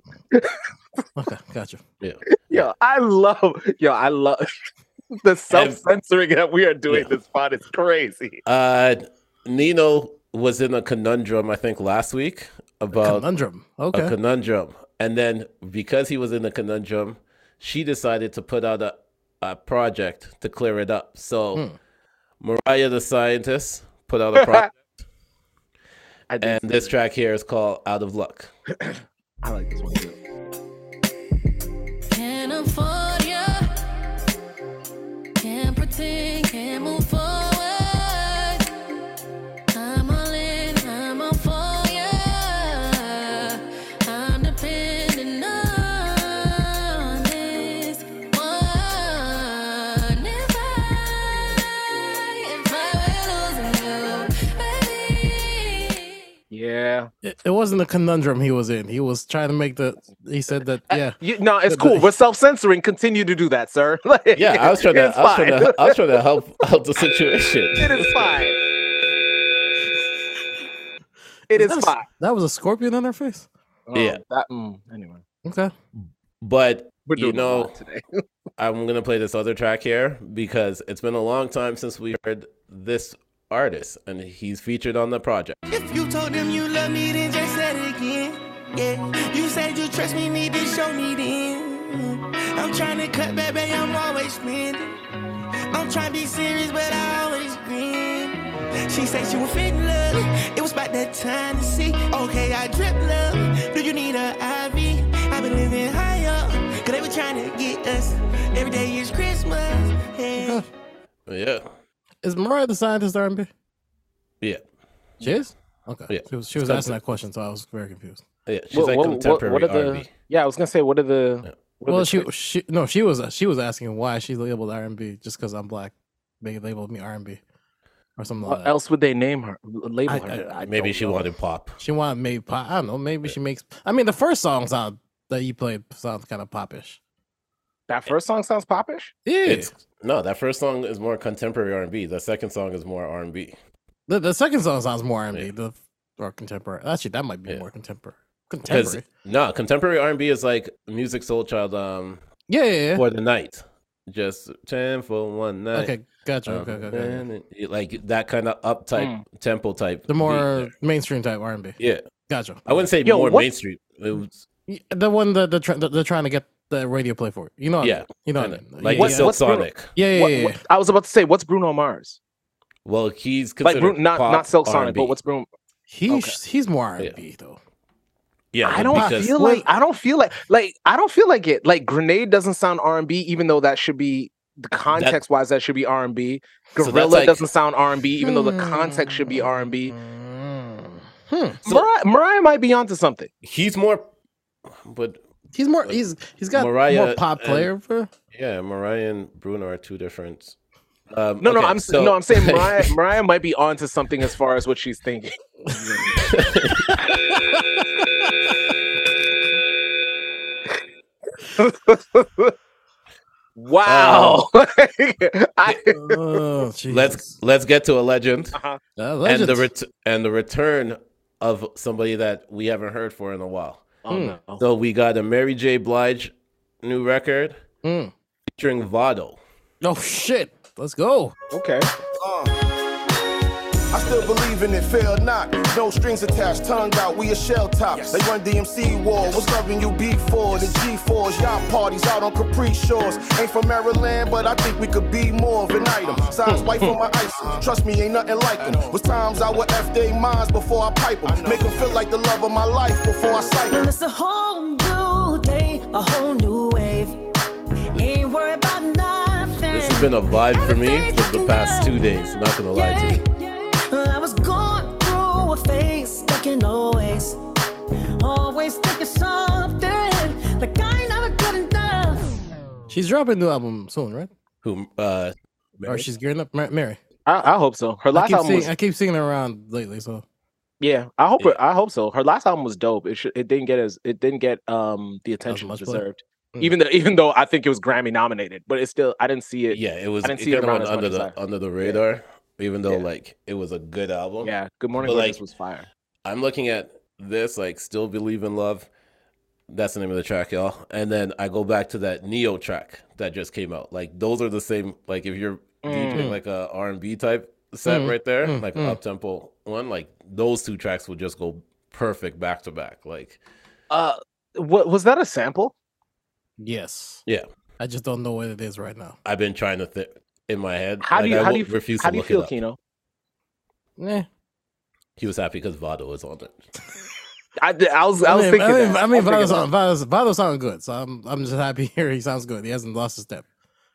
Okay, gotcha.
Yeah.
Yo, I love. Yo, I love. The self censoring that we are doing
Yeah.
this pod is crazy.
Uh, Nino was in a conundrum, I think, last week about
Conundrum.
a
Okay.
conundrum, and then because he was in a conundrum, she decided to put out a, a project to clear it up. So
Hmm.
Mariah the scientist put out a project,
I did
and this track here is called "Out of Luck."
I like this one too.
Can't afford ya. Can't pretend, can't move forward. I'm all in, I'm all for ya. I'm depending on this one. If I, if I were losing you, baby.
Yeah.
It, it wasn't a conundrum he was in. He was trying to make the. He said that. Yeah.
You, no, it's
But- but-
cool. We're self censoring. Continue to do that, sir. Like,
Yeah, I was trying to,
It's
I was trying
fine.
to, I was trying to help out the situation.
It is fine. It is
That was-
fine.
That was a scorpion on her face.
Yeah.
Oh, that- mm, anyway,
Okay.
But
we're
You
doing a lot
know-
today.
I'm gonna play this other track here because it's been a long time since we heard this artist, and he's featured on the project.
If you told them you love me, then just say it again. Yeah, you said you trust me, need to show me then. I'm trying to cut, baby, I'm always spending. I'm trying to be serious, but I always grin. She said she was fit love. It was about that time to see. Okay, I drip love. Do you need a IV? I've been living high up, cause they were trying to get us. Every day is Christmas. Yeah.
Yeah,
Is Mariah the scientist R&B?
yeah,
She is. Okay.
Yeah.
She was, she was asking that question, so I was very confused.
yeah. She's
What-
like
what- what-
contemporary
what are the-
R&B.
Yeah, I was gonna say, what are the? what are
Well,
the
she
choices?
she no, she was she was asking why she's labeled R&B just because I'm black. They labeled me R&B or something like
What
that.
else would they name her? Label
uh, I-
her?
I-
Maybe
don't
she
know.
wanted pop.
She wanted made pop. I don't know. Maybe she makes. I mean, the first song sound that you played sounds kind of popish.
That first song sounds popish.
Yeah.
It's no, that first song is more contemporary R&B. The second song is more R&B.
The, the second song sounds more R&B.
Yeah.
The or contemporary. Actually, that might be
Yeah.
more contemporary.
Because
Contemporary.
no, contemporary R&B is like music soul child um
Yeah, yeah, yeah.
for the night, just ten for one night.
Okay, gotcha.
Um,
okay, okay, okay.
Like that kind of up type
Hmm.
tempo type.
The
beat
more
there.
mainstream type R&B.
yeah.
Gotcha.
I wouldn't say
Yo,
more
what-
mainstream. It was,
Y- The one that they're, try- that they're trying to get the radio play for. You know. What I
Yeah,
mean. You know. What I
kinda,
mean.
like
yeah,
the
yeah.
Silk
What's the-
Sonic.
yeah, yeah,
What-
yeah,
what-
yeah.
I was about to say, what's Bruno Mars?
Well, he's
Like,
considered
Bruno, not
pop
not Silk Sonic, but
R&B.
what's Bruno?
He's he's more
Yeah.
R&B though.
yeah?
I don't
because
feel
Well-
like I don't feel like like I don't feel like it. Like Grenade doesn't sound R and B, even though that should be the context wise that should be R and B.
So that's
Gorilla
like-
doesn't sound R and B, even though the context should be R and B.
Hmm.
Mariah, Mariah might be onto something.
he's more. But
He's more. He's he's got more
Mariah
pop
and-
player. for-
yeah, Mariah and Bruno are two different. Um,
No,
okay,
no, I'm s
so-
no, I'm saying Mariah, Mariah might be onto something as far as what she's thinking. Wow.
Oh.
I,
Oh, Uh,
Let's let's get to a legend,
Uh-huh.
and the
the
ret- and the return of somebody that we haven't heard for in a while.
oh no.
So we got a Mary J. Blige new record
Hmm.
Mm.
featuring Vado.
oh shit. Let's go.
Okay.
I still believe in it, fail not. No strings attached, tongue out, we a shell top. They run DMC war, what's loving you B4? The G4s, y'all parties out on Capri Shores. Ain't from Maryland, but I think we could be more of an item. Signs white for my ice, trust me, ain't nothing like them. Was times Uh-huh. I would F they minds before I pipe them. Make them feel like the love of my life before I sight
Well, it's a whole new day, a whole new wave. Ain't worried about nothing.
This has been a vibe for me for the past two days. Not gonna lie to you.
I was going through a phase, stuck in always. Always thinking something like I ain't never good enough.
She's dropping new album soon, right?
Who?
Oh,
Uh,
Or she's gearing up. Mar- Mary.
I, I hope so. Her
I
last
keep,
album
seeing,
was
I keep seeing her around lately, so
yeah. I hope
Yeah.
it, I hope so. Her last album was dope. It should, it didn't get as it didn't get um the attention
much
it
play.
deserved.
Mm.
Even though even though I think it was Grammy nominated, but it's still I didn't see it.
yeah, it was.
I didn't
it
see it
kinda
around
went
as much
under
as
the
I-
under the radar, even though
Yeah.
like it was a good album.
Yeah, Good Morning
But,
Gorgeous
like,
was fire.
I'm looking at this like still believe in love. That's the name of the track, y'all. And then I go back to that Neo track that just came out. Like those are the same. Like if you're
Mm.
DJing like a R&B type set
Mm,
right there,
mm,
like
mm.
up tempo one, like those two tracks will just go perfect back to back. Like
Uh, what was that a sample?
yes.
Yeah.
I just don't know what it is right now.
I've been trying to think in my head.
How do
like,
you-
I
how do
won't
you-
refuse
How
to
do you
look it
feel,
up.
Kino?
Yeah.
He was happy because Vado was on it.
I, d- I was I was
mean,
thinking.
I mean,
that.
I mean,
was
Vado
thinking that.
sound, Vado, Vado sound good, so I'm I'm just happy here. He sounds good. He hasn't lost a step.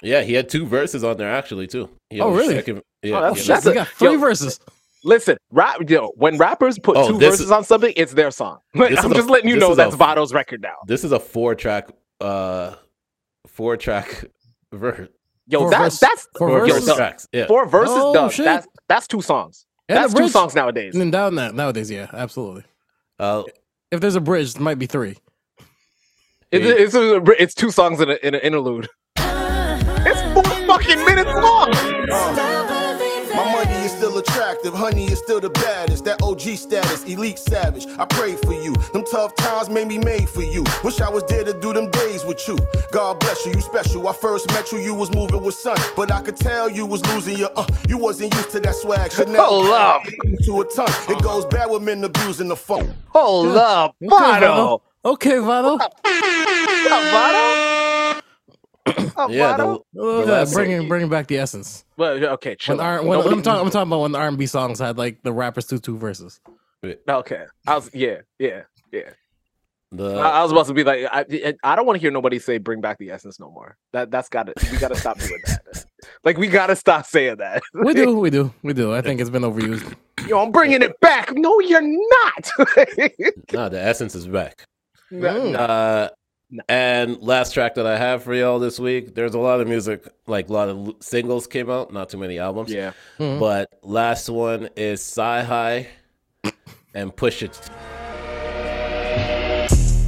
Yeah, he had two verses on there actually too. He had
Oh,
a
really?
second- yeah,
Oh,
he
that's,
had a-
that's
we
a,
got three
yo,
verses.
Listen, rap, yo, when rappers put
Oh,
two
this is-
verses on something, it's their song. Like,
this is
I'm
a-
just letting you
this
know
is a-
that's Vado's record now.
this is a four track uh four track verse
Yo,
Four
that's
verses-
that's
four
yo,
verses?
dog,
tracks yeah
four verses.
Oh,
dog,
shit.
that's that's two songs.
And
that's
a
two
bridge.
songs nowadays.
And then down that nowadays, yeah, absolutely.
uh
If there's a bridge, it might be three.
It's,
Yeah.
it's, a- it's two songs in, a, in an interlude. It's four fucking minutes long.
My money is still attractive, honey is still the baddest. That OG status, elite savage. I pray for you. Them tough times made me made for you. Wish I was there to do them days with you. God bless you, you special. I first met you, you was moving with sun, but I could tell you was losing your. Uh, you wasn't used to that swag. Chanel
Hold up.
to a ton. It goes bad with men abusing the phone.
Hold up, Vado.
Okay, Vado.
What up, Vado? What up,
yeah
Vado?
the,
Oh, yeah,
last
bringing bringing back the essence.
Well, okay, chill.
When
out.
R- when,
Nobody-
I'm, talking, I'm talking about when the R&B songs had like the rappers do two verses.
Okay, I was yeah, yeah, yeah.
the
I, I was about to be like, I, I I don't want to hear nobody say "bring back the essence" no more. That that's got to we got to stop doing that. Like we got to stop saying that.
We do, we do, we do. I think it's been overused.
Yo, I'm bringing it back. No, you're not.
nah, the essence is back
No,
Mm.
no.
uh
No.
and last track that i have for y'all this week there's a lot of music like a lot of l- singles came out not too many albums
Yeah.
Mhm.
but last one is Psy High and Push It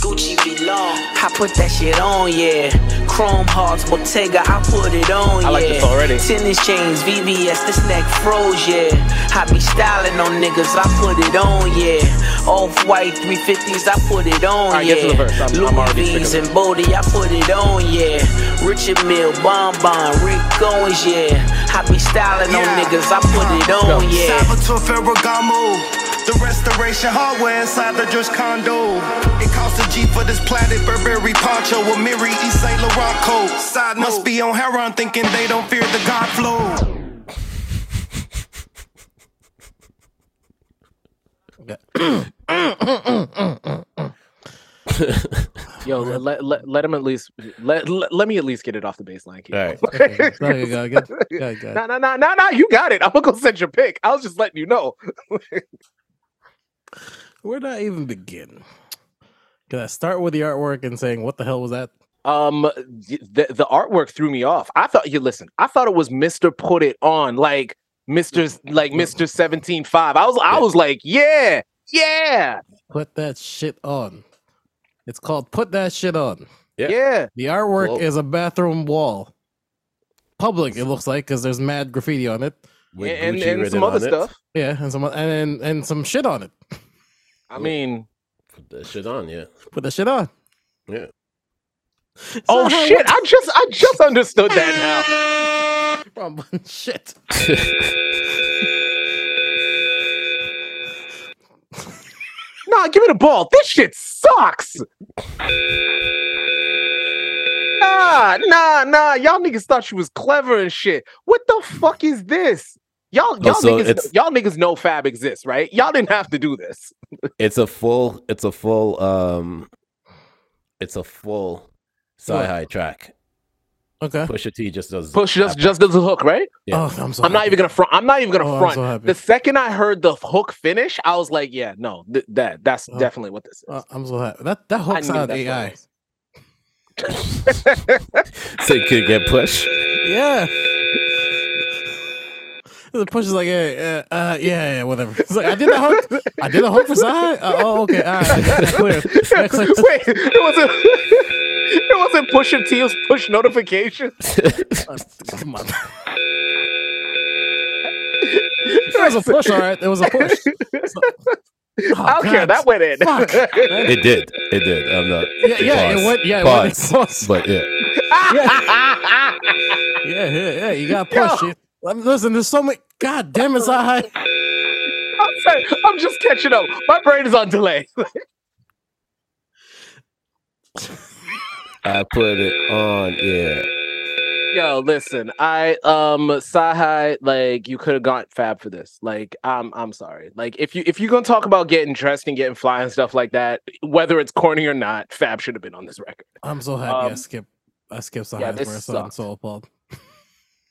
Gucci belong. I put that shit on, yeah. Chrome hearts, Bottega, I put it on,
I like this
yeah.
already.
Tennis chains, VVS, this neck froze, yeah. I be styling on niggas, I put it on, yeah. Off white 350s, I put it on,
Alright,
yeah.
get to the verse. I'm- I'm already sick
Louis
of
V's
it.
and Bodie, I put it on, yeah. Richard Mill, Bon Bon, Rick Owens, yeah. I be styling on
Yeah.
niggas, I put it on, yeah.
Salvatore Ferragamo. The restoration hardware inside the Dutch condo. It costs a G for this platted Burberry poncho with Miri East Saint Laurent coat. Side note, must be on Heron thinking they don't fear the God flow.
Yo, let, let, let, him at least let, let let me at least get it off the baseline.
all right
No, you got it, got it, got it, got it.
No, no, no, no, no. You got it. I'm gonna go send your pick. I was just letting you know.
Where do I even begin? Can I start with the artwork and saying what the hell was that?
Um, y- the the artwork threw me off. I thought you listen. I thought it was Mister Put It On, like Mister like Mister Seventeen Five. I was I was like, yeah, yeah.
Put that shit on. It's called Put That Shit On.
Yeah.
The artwork
Cool.
is a bathroom wall. Public, it looks like, because there's mad graffiti on it.
With
And- and- Gucci and written some other on it. stuff.
Yeah, and some and and, and some shit on it.
I mean,
Put that shit on, yeah.
Put the shit on.
Yeah.
oh shit! I just I just understood that
From shit.
now. Nah, give me the ball. This shit sucks. Nah, nah, nah. Y'all niggas thought you was clever and shit. What the fuck is this? Y'all, y'all
Oh, so
niggas,
it's-
y'all niggas know Fab exists, right? Y'all didn't have to do this.
It's a full it's a full um it's a full sci high track.
Okay.
Pusha T just does
Push just just does the hook, right?
Yeah.
Oh, I'm so
I'm not
happy.
even gonna front. I'm not even gonna
Oh, I'm
front.
so happy.
the second I heard the hook finish, I was like, "Yeah, no, th- that that's definitely what this is."
Oh. Uh, I'm so happy. That that hooks
knew
out
that's what it
AI.
was.
Say kid get pushed.
Yeah. The push is like, yeah, yeah, uh, yeah, yeah, whatever. It's like I did a hook. I did a hook for side. Uh, oh, okay, all right, clear. clear.
Wait, it wasn't. It wasn't push of T. It was push notifications.
Come on. It was a push, all right. It was a push.
I don't care.
God.
That went in.
Fuck.
It did. It did. I'm not
Yeah, yeah,
pause,
it went. Yeah, it went.
pause,
Pause.
But yeah.
Yeah, yeah, yeah. You got push.
Yo.
shit. Um, Listen, there's so many. God damn, it's all high.
I'm, sorry, I'm just catching up. My brain is on delay.
I put it on, yeah.
Yo, listen, I um Sahai, like you could have got fab for this. Like, I'm I'm sorry. Like if you if you're gonna talk about getting dressed and getting fly and stuff like that, whether it's corny or not, Fab should have been on this record.
I'm so happy I
Um,
skipped. I skipped some
yeah,
highs
this
verse. so I'm
sucked.
so appalled.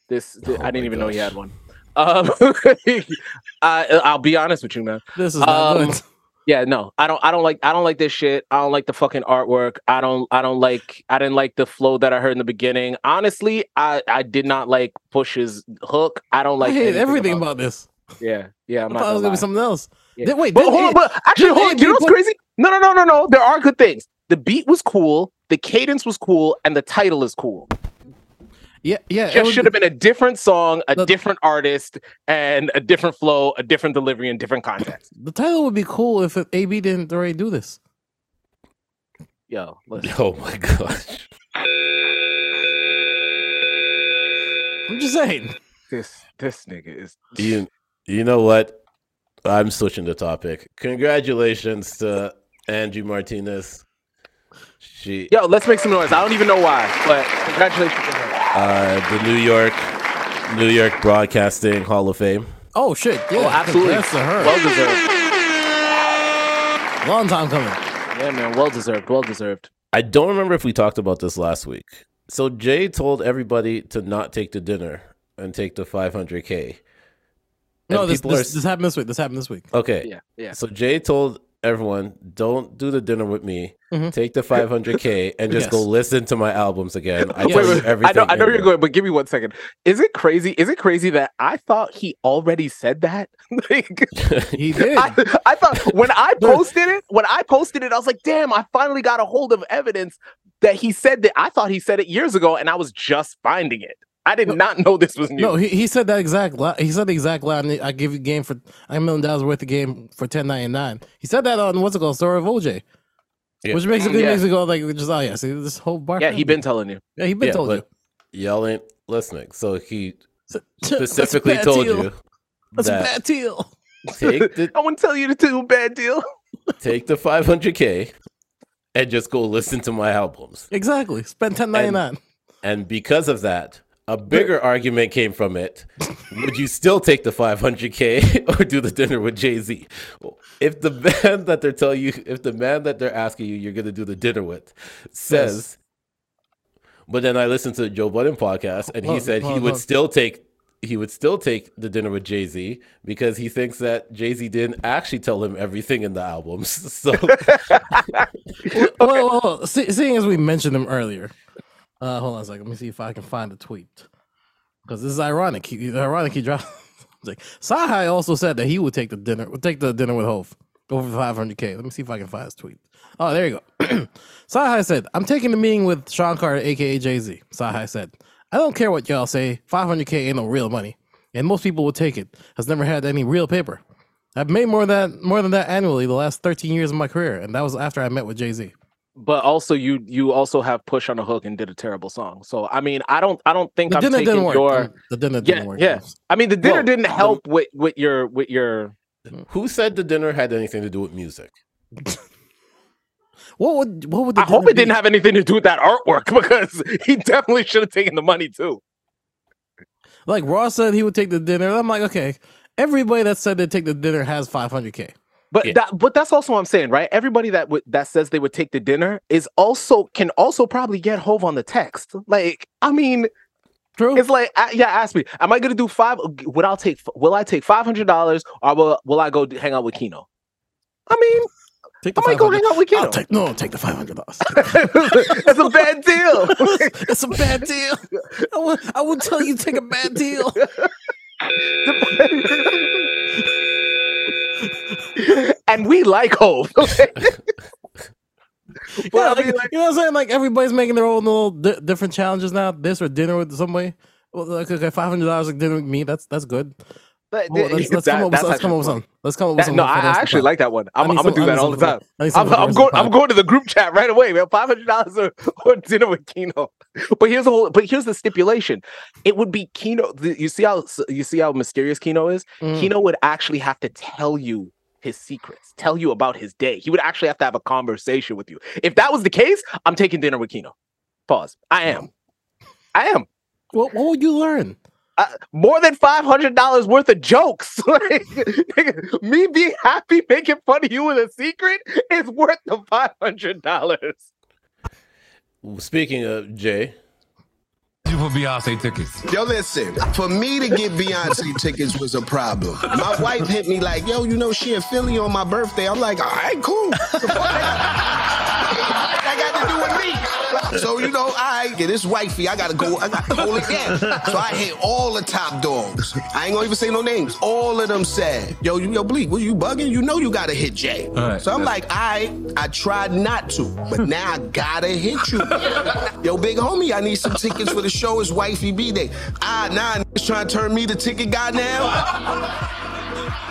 This
Oh
I didn't
my
even know he
gosh.
had one. Um I I'll be honest with you, man.
This is not
Um,
good.
Yeah, no, I don't. I don't like. I don't like this shit. I don't like the fucking artwork. I don't. I don't like. I didn't like the flow that I heard in the beginning. Honestly, I I did not like Push's hook. I don't like
I hate
anything
everything
about-
about, this.
Yeah, yeah. I'm
I
not
thought it was
gonna
gonna
lie.
be something else.
Yeah.
Did- wait,
But
did
hold on,
it-
but actually,
did
hold on.
it
You know what's
people-
crazy? No, no, no, no, no. There are good things. The beat was cool. The cadence was cool, and the title is cool.
yeah, yeah. it
Just
would
should
be-
have been a different song, a
The-
different artist, and a different flow, a different delivery, and different context.
The title would be cool if it- AB didn't already do this.
Yo, listen.
Oh my gosh.
I'm just saying.
this this nigga is
You you know what? I'm switching the topic. Congratulations to Angie Martinez. She
Yo, let's make some noise. I don't even know why, but congratulations. to her.
uh the New York New York Broadcasting Hall of Fame.
Oh shit! Yeah,
Oh, absolutely.
That's to her.
Well deserved.
Long time coming.
Yeah, man. Well deserved. Well deserved.
I don't remember if we talked about this last week. So Jay told everybody to not take the dinner and take the 500k.
No,
And
this
people are
this,
s-
this happened this week. This happened this week.
Okay.
Yeah, yeah.
So Jay told everyone, "Don't do the dinner with me.
Mhm.
Take the 500k and just go
Yes.
listen to my albums again." I
Wait,
tell you
wait,
I know. I know
in
where you're
there.
going, but give me one second. Is it crazy? Is it crazy that I thought he already said that? like,
He did.
I, I thought when I posted it, when I posted it, I was like, "Damn! I finally got a hold of evidence that he said that." I thought he said it years ago, and I was just finding it. I did not know this was new.
no, he, he said that exact. Li- he said the exact line. I give you game for a million dollars worth of game for ten ninety nine. He said that on what's it called? Story of OJ.
Yeah.
Which basically
Yeah.
makes me go like, just oh yeah, see this whole bar.
yeah, he been telling you.
yeah, he been
Yeah,
told
but
you.
Y'all ain't listening. So he
So- that's
specifically
bad
told
deal.
you
That's a
that
bad deal.
take the
I wouldn't tell you to do a bad deal.
take the 500k and just go listen to my albums.
Exactly. Spend ten ninety nine.
And because of that, a bigger argument came from it. Would you still take the 500K or do the dinner with Jay Z? If the man that they're telling you, if the man that they're asking you, you're going to do the dinner with says, but then I listened to the Joe Budden podcast and he
Hold-
said he
hold-
would
hold.
still take. He would still take the dinner with Jay Z because he thinks that Jay Z didn't actually tell him everything in the albums. So
Well, well, well, see, seeing as we mentioned him earlier, uh, hold on a second. Let me see if I can find the tweet because this is ironic. He, ironic, he dropped. it's like Sahai also said that he would take the dinner, would take the dinner with Hove. over 500k. Let me see if I can find his tweet. Oh, there you go. Sahai said, "I'm taking the meeting with Sean Carter, aka Jay Z." Sahai said, "I don't care what y'all say. 500k ain't no real money, and most people will take it. Has never had any real paper. I've made more than more than that annually the last 13 years of my career, and that was after I met with Jay Z."
But also, you you also have push on a hook and did a terrible song. So I mean, I don't I don't think
The
I'm
dinner
taking
didn't work.
your
The dinner
yeah
didn't work.
yeah. I mean, the dinner
Well,
didn't
the-
help with with your with your
Who said the dinner had anything to do with music?
What would what would
I hope it didn't have anything to do with that artwork because he definitely should have taken the money too.
Like Ross said, he would take the dinner. I'm like, okay, everybody that said they take the dinner has 500k.
But that, but that's also what I'm saying, right? Everybody that would that says they would take the dinner is also can also probably get Hove on the text. Like, I mean,
true.
It's like, I, yeah, ask me, am I gonna do five? Would I take? Will I take five hundred dollars or will, will I go d- hang out with Kino? I mean,
I
might go hang out with Kino.
I'll take no, take the 500. dollars
That's a bad deal.
That's a bad deal. I would, I would tell you take a bad deal.
and we like Hove.
yeah, like, you know what I'm saying? Like everybody's making their own little di- different challenges now. This or dinner with somebody. Well, like, okay, five hundred dollars like dinner with me. That's that's good.
But
Well,
th-
let's, let's
that-
come up with
that's
some- let's come up with
actually
something. Let's come up with
That-
something.
no,
for the
I, I
rest of
actually
the
like that one. I'm,
I
I'm
need
gonna
some-
do
I
that
need
all the
some for
time.
the- I need some
I'm,
for the
I'm
rest of
going.
the
I'm
podcast.
going to the group chat right away, man. Five hundred dollars or, or dinner with Kino. But here's the whole. But here's the stipulation. It would be Kino. the- You see how s- you see how mysterious Kino is.
Mm.
Kino would actually have to tell you his secrets, tell you about his day. He would actually have to have a conversation with you. If that was the case, I'm taking dinner with Kino. Pause. I am. I am.
What, what would you learn?
Uh, more than five hundred dollars worth of jokes. like, nigga, me being happy, making fun of you with a secret is worth the five hundred dollars.
Speaking of Jay,
You for Beyonce tickets.
Yo, listen, for me to get Beyonce tickets was a problem. My wife hit me like, yo, you know, she in Philly on my birthday. I'm like, all right, cool. I got to do with me. So, you know, all right, get this wifey. I got to go. I got to hold it down. So I hit all the top dogs. I ain't going to even say no names. All of them said, yo, you, yo, Bleak, what you bugging? You know you got to hit Jay.
All right.
so I'm like, I, I tried not to, but now I got to hit you. yo, big homie, I need some tickets for the show. It's wifey B-Day. Ah, nah, niggas trying to turn me to ticket guy now?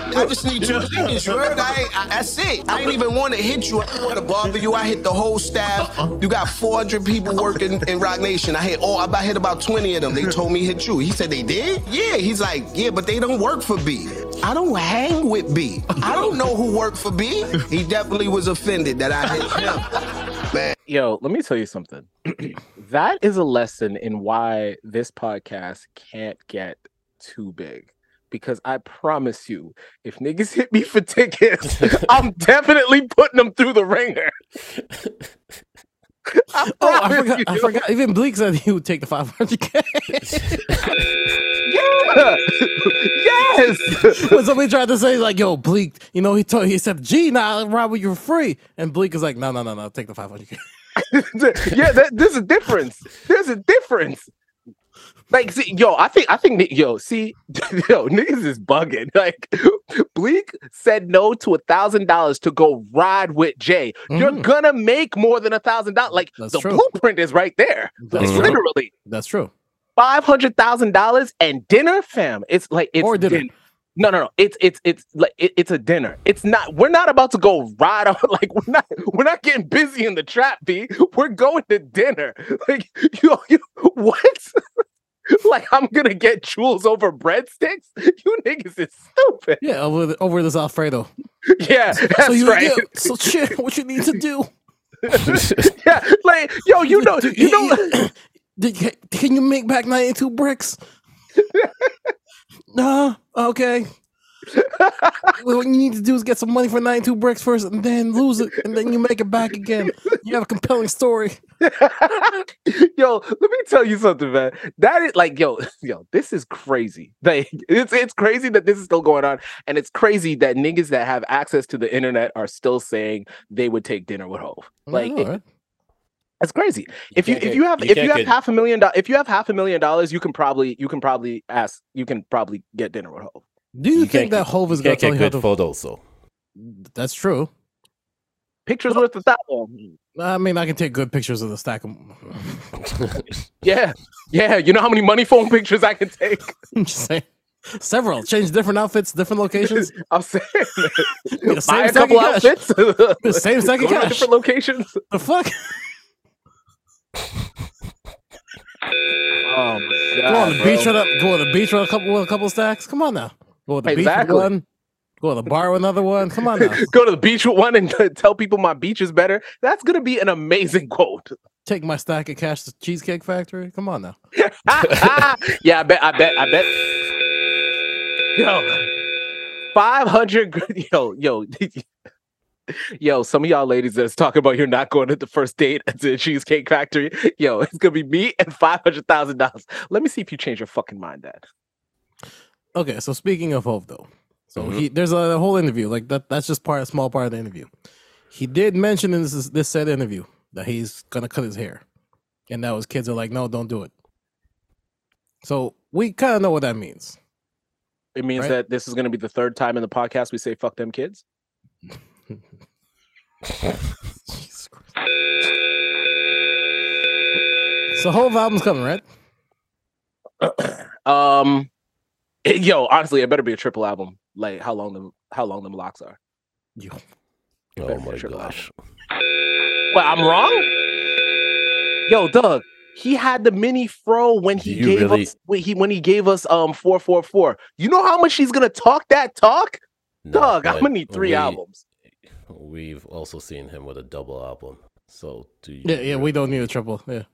I just need two tickets, word. I, ain't- I, that's it. I ain't even want to hit you. I didn't want to bother you. I hit the whole staff. You got 400 people working in Rock Nation. I hit all. I hit about 20 of them. They told me hit you. He said they did. Yeah. He's like, yeah, but they don't work for B. I don't hang with B. I don't know who worked for B. He definitely was offended that I hit him.
Yo, let me tell you something. that is a lesson in why this podcast can't get too big. Because I promise you, if niggas hit me for tickets, I'm definitely putting them through the ringer. I
Oh, I
promise
forgot. I
you.
forgot. Even Bleak said he would take the 500k.
Yeah. yes.
when somebody tried to say like, "Yo, Bleak," you know, he told he said, "Gee, now nah, Robert, you're free," and Bleak is like, "No, no, no, no, take the 500k."
yeah, that, there's a difference. There's a difference. Like, see, yo, I think, I think, ni- yo, see, yo, niggas is bugging. Like, Bleak said no to a thousand dollars to go ride with Jay. You're gonna make more than a thousand dollars. Like,
Mm-hmm. That's
the
true.
blueprint is right there.
That's
Like,
true.
literally
That's true.
five hundred thousand dollars and dinner, fam. It's like it's
Or dinner.
din- No, no, no. It's it's it's like it, it's a dinner. It's not. We're not about to go ride on. Like we're not. We're not getting busy in the trap, B. We're going to dinner. Like you, you what? like I'm gonna get jewels over breadsticks. You niggas is stupid.
Yeah, over the, over this Alfredo.
Yeah, that's
so you
right.
yeah, so shit, what you need to do?
yeah, like yo, you know, you know.
Did, ca- can you make back 92 bricks? nah, okay. what you need to do is get some money for 92 bricks first and then lose it and then you make it back again. You have a compelling story.
yo, let me tell you something, man. That is like, yo, yo, this is crazy. Like, it's it's crazy that this is still going on, and it's crazy that niggas that have access to the internet are still saying they would take dinner with Hove. Like, it- that's crazy. If you
can't
if
get-
you have
you
if
can't
you have
get-
half a million dollars, if you have half a million dollars, you can probably you can probably ask you can probably get dinner with Hove.
Do you,
can't
think that
get-
Hove
you Oh
is going
can't
to tell
get
you how
good
to
photos though.
That's true.
Pictures worth a thousand.
I mean, I can take good pictures of the stack of.
Yeah, yeah. You know how many money phone pictures I can take?
I'm just saying. Several. Change different outfits, different locations.
I'm saying.
the
Buy
same
a couple outfits.
the same second
Go to
cash.
different locations.
The fuck?
Oh my god.
go on the
bro.
beach with a go on the beach with a couple with a couple stacks. Come on now. Go on the beach
Exactly.
with one. Go on the bar with another one. Come on now.
Go to the beach with one and tell people my beach is better. That's gonna be an amazing quote.
Take my stack of cash to Cheesecake Factory. Come on now.
yeah, I bet. I bet. I bet. Yo, five hundred. Yo, yo, yo. Some of y'all ladies that's talking about you're not going to the first date at the Cheesecake Factory. Yo, it's gonna be me and five hundred thousand dollars. Let me see if you change your fucking mind, Dad.
Okay, so speaking of Hove though, so
Mm-hmm.
he there's a, the whole interview like that. That's just part a small part of the interview. He did mention in this this said interview that he's gonna cut his hair, and now his kids are like, no, don't do it. So we kind of know what that means.
It means
Right.
that this is gonna be the third time in the podcast we say "fuck them kids."
So Hove album's coming, right?
Um, yo, honestly, it better be a triple album. Like how long them how long them locks are.
Yo.
Oh my gosh.
But I'm wrong. Yo, Doug, he had the mini fro when he
You
gave
really-
us when he when he gave us um four four four. You know how much he's gonna talk that talk, Doug. I'm
but
gonna need three
we-
albums.
We've also seen him with a double album. So do you?
Yeah, yeah. We don't need a triple. Yeah,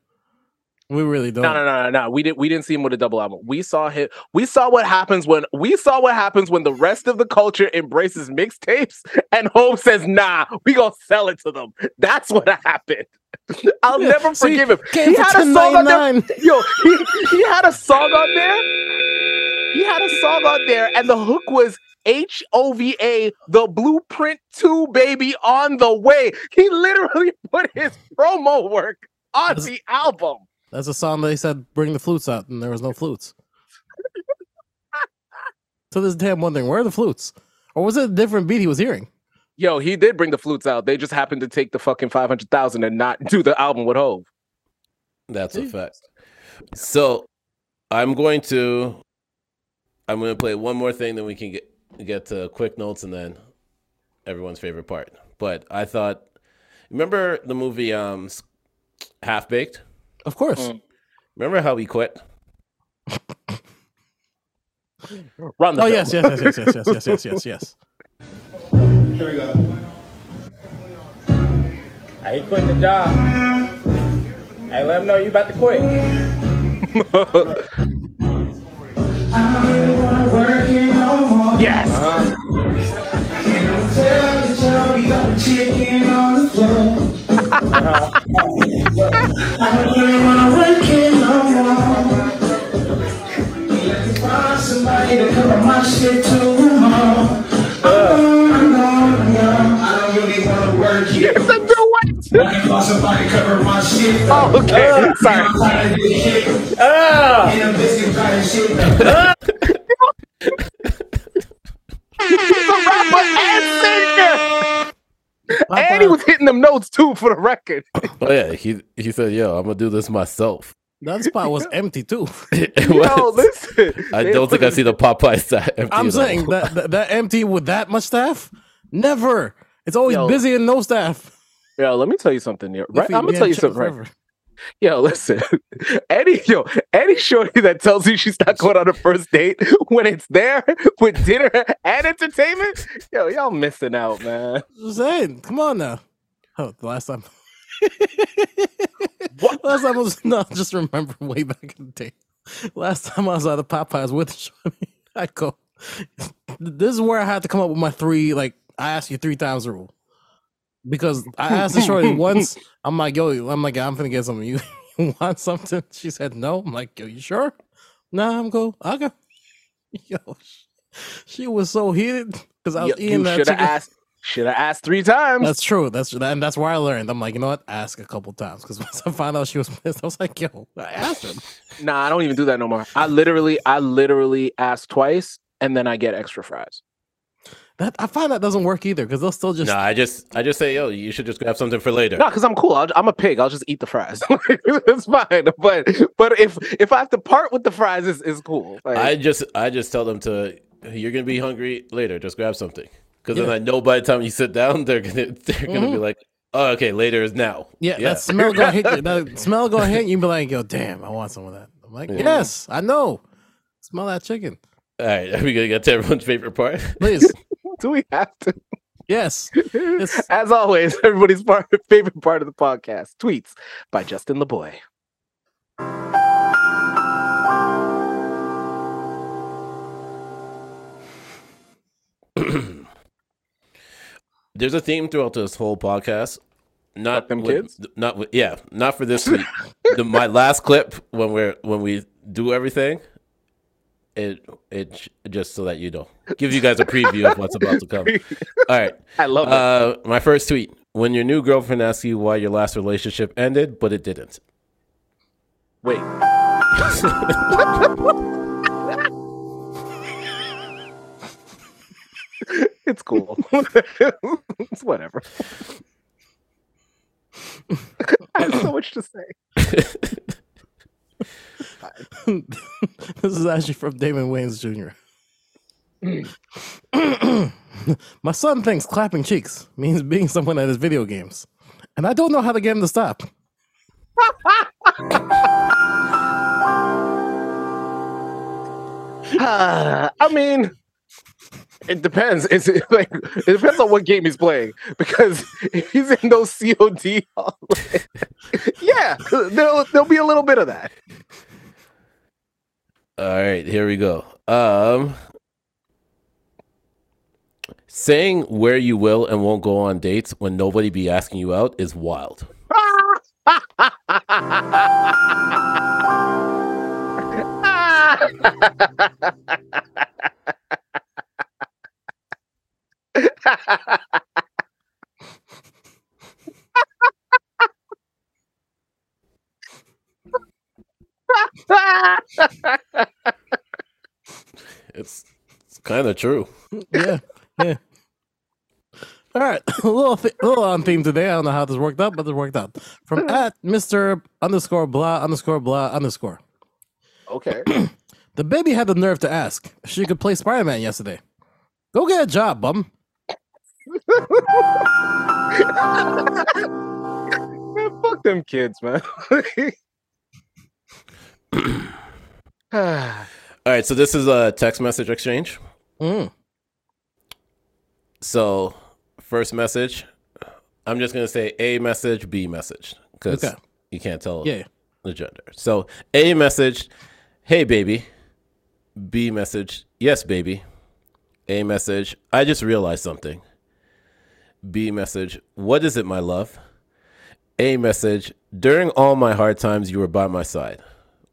we really don't.
No, no, no, no, no. We didn't. We didn't see him with a double album. We saw him. We saw what happens when we saw what happens when the rest of the culture embraces mixtapes and Home says, "Nah, we gonna sell it to them." That's what happened. I'll
Yeah,
never
see,
forgive him.
came
He
for
had a song on there.
$10.99.
Yo, he, he had a song on there. He had a song on there, and the hook was H O V A, the Blueprint Two baby on the way. He literally put his promo work on the album.
That's a song they said bring the flutes out, and there was no flutes. to this day, I'm wondering where are the flutes, or was it a different beat he was hearing?
Yo, he did bring the flutes out. They just happened to take the fucking five hundred thousand and not do the album with Hove.
That's a fact. So I'm going to I'm going to play one more thing, then we can get get to quick notes and then everyone's favorite part. But I thought, remember the movie um Half Baked?
Of course.
Mm.
Remember how he quit?
Run
Oh yes, yes, yes, yes, yes, yes, yes, yes, yes.
Here we go. I ain't quitting the job. Hey, let him know you about to quit.
Yes.
Somebody to cover my shit tomorrow. I don't really want to work here. Looking for somebody to cover my shit. Oh, okay.
Uh,
Sorry. Ah. And I'm busy trying shit. though.
He's a rapper and singer. And he was hitting them notes too for the record.
Oh yeah, he he said, "Yo, I'm going to do this myself."
That spot was empty too.
It
Yo,
was-
listen.
I
They
don't think I
wasn't-
see the Popeyes that empty
I'm
though.
saying that, that that empty with that much staff, never. It's always
Yo.
busy and no staff.
Yo, let me tell you something. Yo. Right,
If he-
I'm gonna
yeah,
tell you
check
something.
forever.
Right. Yo, listen. Any yo, any shorty that tells you she's not going on a first date when it's there with dinner and entertainment, yo, y'all missing out, man.
Just saying. Come on now. Oh, the last time. what? Last time I was no, I just remember way back in the day. Last time I was at the Popeyes with Shawty, I go. This is where I had to come up with my three. Like I asked you three times rule because I asked the Shorty once. I'm like, yo, I'm like, I'm finna get something. You you want something? She said no. I'm like, yo, you sure? Nah, I'm cool. I'll go. Yo, she was so heated because I was
Yo,
eating
you
that
should have
chicken.
asked. Should have asked three times.
That's true. That's that, and that's where I learned. I'm like, you know what? Ask a couple times because once I found out she was pissed, I was like, yo, I asked her.
Nah, I don't even do that no more. I literally, I literally ask twice and then I get extra fries.
That I find that doesn't work either because they'll still just
No, I just I just say, yo, you should just grab something for later.
No, because I'm cool. I'll, I'm a pig. I'll just eat the fries. it's fine. But but if if I have to part with the fries, it's, it's cool. Like,
I just I just tell them to you're gonna be hungry later. Just grab something because then
Yeah.
I know by the time you sit down, they're gonna they're gonna be
Mhm.
like, oh, okay, later is now.
Yeah, that smell gonna hit you. That smell gonna hit you. Be like, yo, damn, I want some of that. I'm like,
Yeah.
yes, I know. Smell that chicken,
All right, are we gonna get to everyone's favorite part?
please.
Do we have to?
Yes.
As always, everybody's part, favorite part of the podcast tweets by Justin LeBoy.
There's a theme throughout this whole podcast. Not
them
with-
kids?
Not with, yeah, not for this week. the, my last clip when we're when we do everything, it it j- just so that you know, give you guys a preview of what's about to come. All right,
I love it.
uh, my first tweet. When your new girlfriend asks you why your last relationship ended, but it didn't.
Wait. it's cool. it's whatever. I have so much to say.
this is actually from Damon Wayans Jr. My son thinks clapping cheeks means being someone at his video games, and I don't know how to get him to stop.
Uh, I mean, it depends. It's it, like it depends on what game he's playing because if he's in those COD, hallways, yeah, there'll there'll be a little bit of that.
All right, here we go. Um, saying where you will and won't go on dates when nobody be asking you out is wild. It's, it's kind of true.
yeah, yeah. All right, a little, th- a little on theme today. I don't know how this worked out, but it worked out. From at Mister underscore blah underscore blah underscore.
Okay.
The baby had the nerve to ask if she could play Spider Man yesterday. Go get a job, bum.
Man, fuck them kids, man.
All right, so this is a text message exchange.
Mm.
So, first message, I'm just gonna say A message, B message, because
Okay.
you can't tell
Yeah.
the gender. So, A message, hey baby. B message, yes baby. A message, I just realized something. B message, what is it, my love? A message, during all my hard times, you were by my side.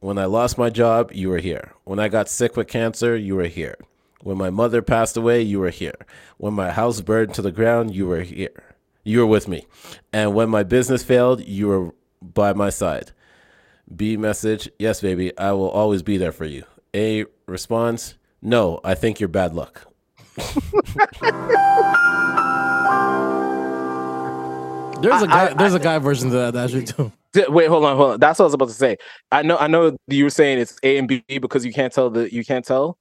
When I lost my job, you were here. When I got sick with cancer, you were here. When my mother passed away, you were here. When my house burned to the ground, you were here. You were with me. And when my business failed, you were by my side. B message, yes, baby, I will always be there for you. A response, no, I think you're bad luck.
There's a guy. there's a guy version to that actually too.
D- Wait, hold on, hold on. That's what I was about to say. I know, I know you were saying it's A and B because you can't tell the you can't tell.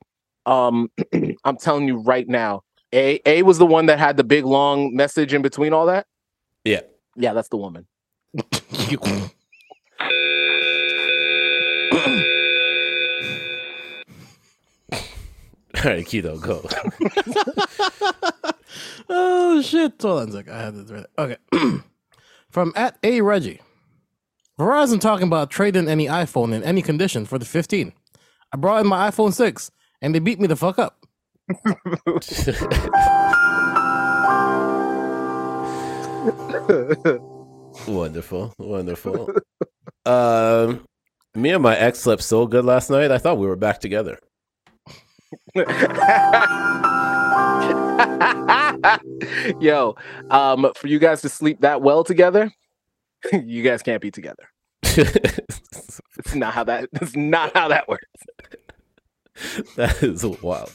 Um, I'm telling you right now, A A was the one that had the big long message in between all that.
Yeah.
Yeah, that's the woman.
All right, Keto, go.
Oh shit! Hold on a sec. I have this right. Okay. From at a Reggie, Verizon talking about trading any iPhone in any condition for the 15. I brought in my iPhone 6, and they beat me the fuck up.
wonderful, wonderful. Um, me and my ex slept so good last night, I thought we were back together.
Yo, um, for you guys to sleep that well together, you guys can't be together. it's not how that. It's not how that works.
That is wild.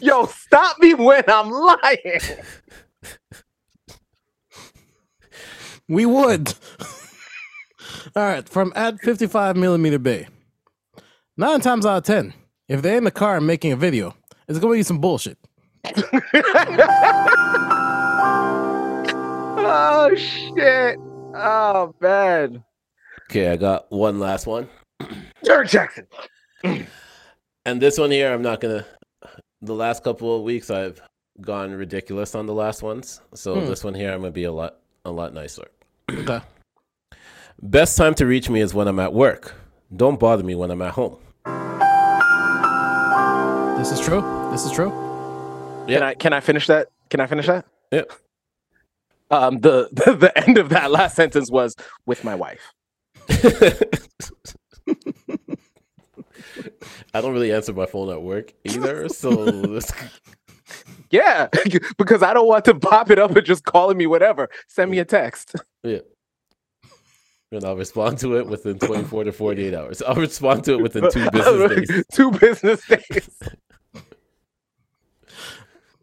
Yo, stop me when I'm lying.
We would. All right, from at 55 millimeter bay. Nine times out of ten, if they're in the car making a video, it's going to be some bullshit.
oh shit. Oh man.
Okay, I got one last one.
Derek Jackson.
And this one here, I'm not gonna. The last couple of weeks, I've gone ridiculous on the last ones. So
Hmm.
this one here, I'm gonna be a lot, a lot nicer.
Okay.
Best time to reach me is when I'm at work. Don't bother me when I'm at home.
This is true. This is true.
Can I can I finish that? Can I finish that?
Yeah.
Um the, the the end of that last sentence was with my wife.
I don't really answer my phone at work either. So this-
Yeah, because I don't want to pop it up and just calling me whatever. Send me a text.
yeah. And I'll respond to it within 24 to 48 hours. I'll respond to it within two business days.
two business days.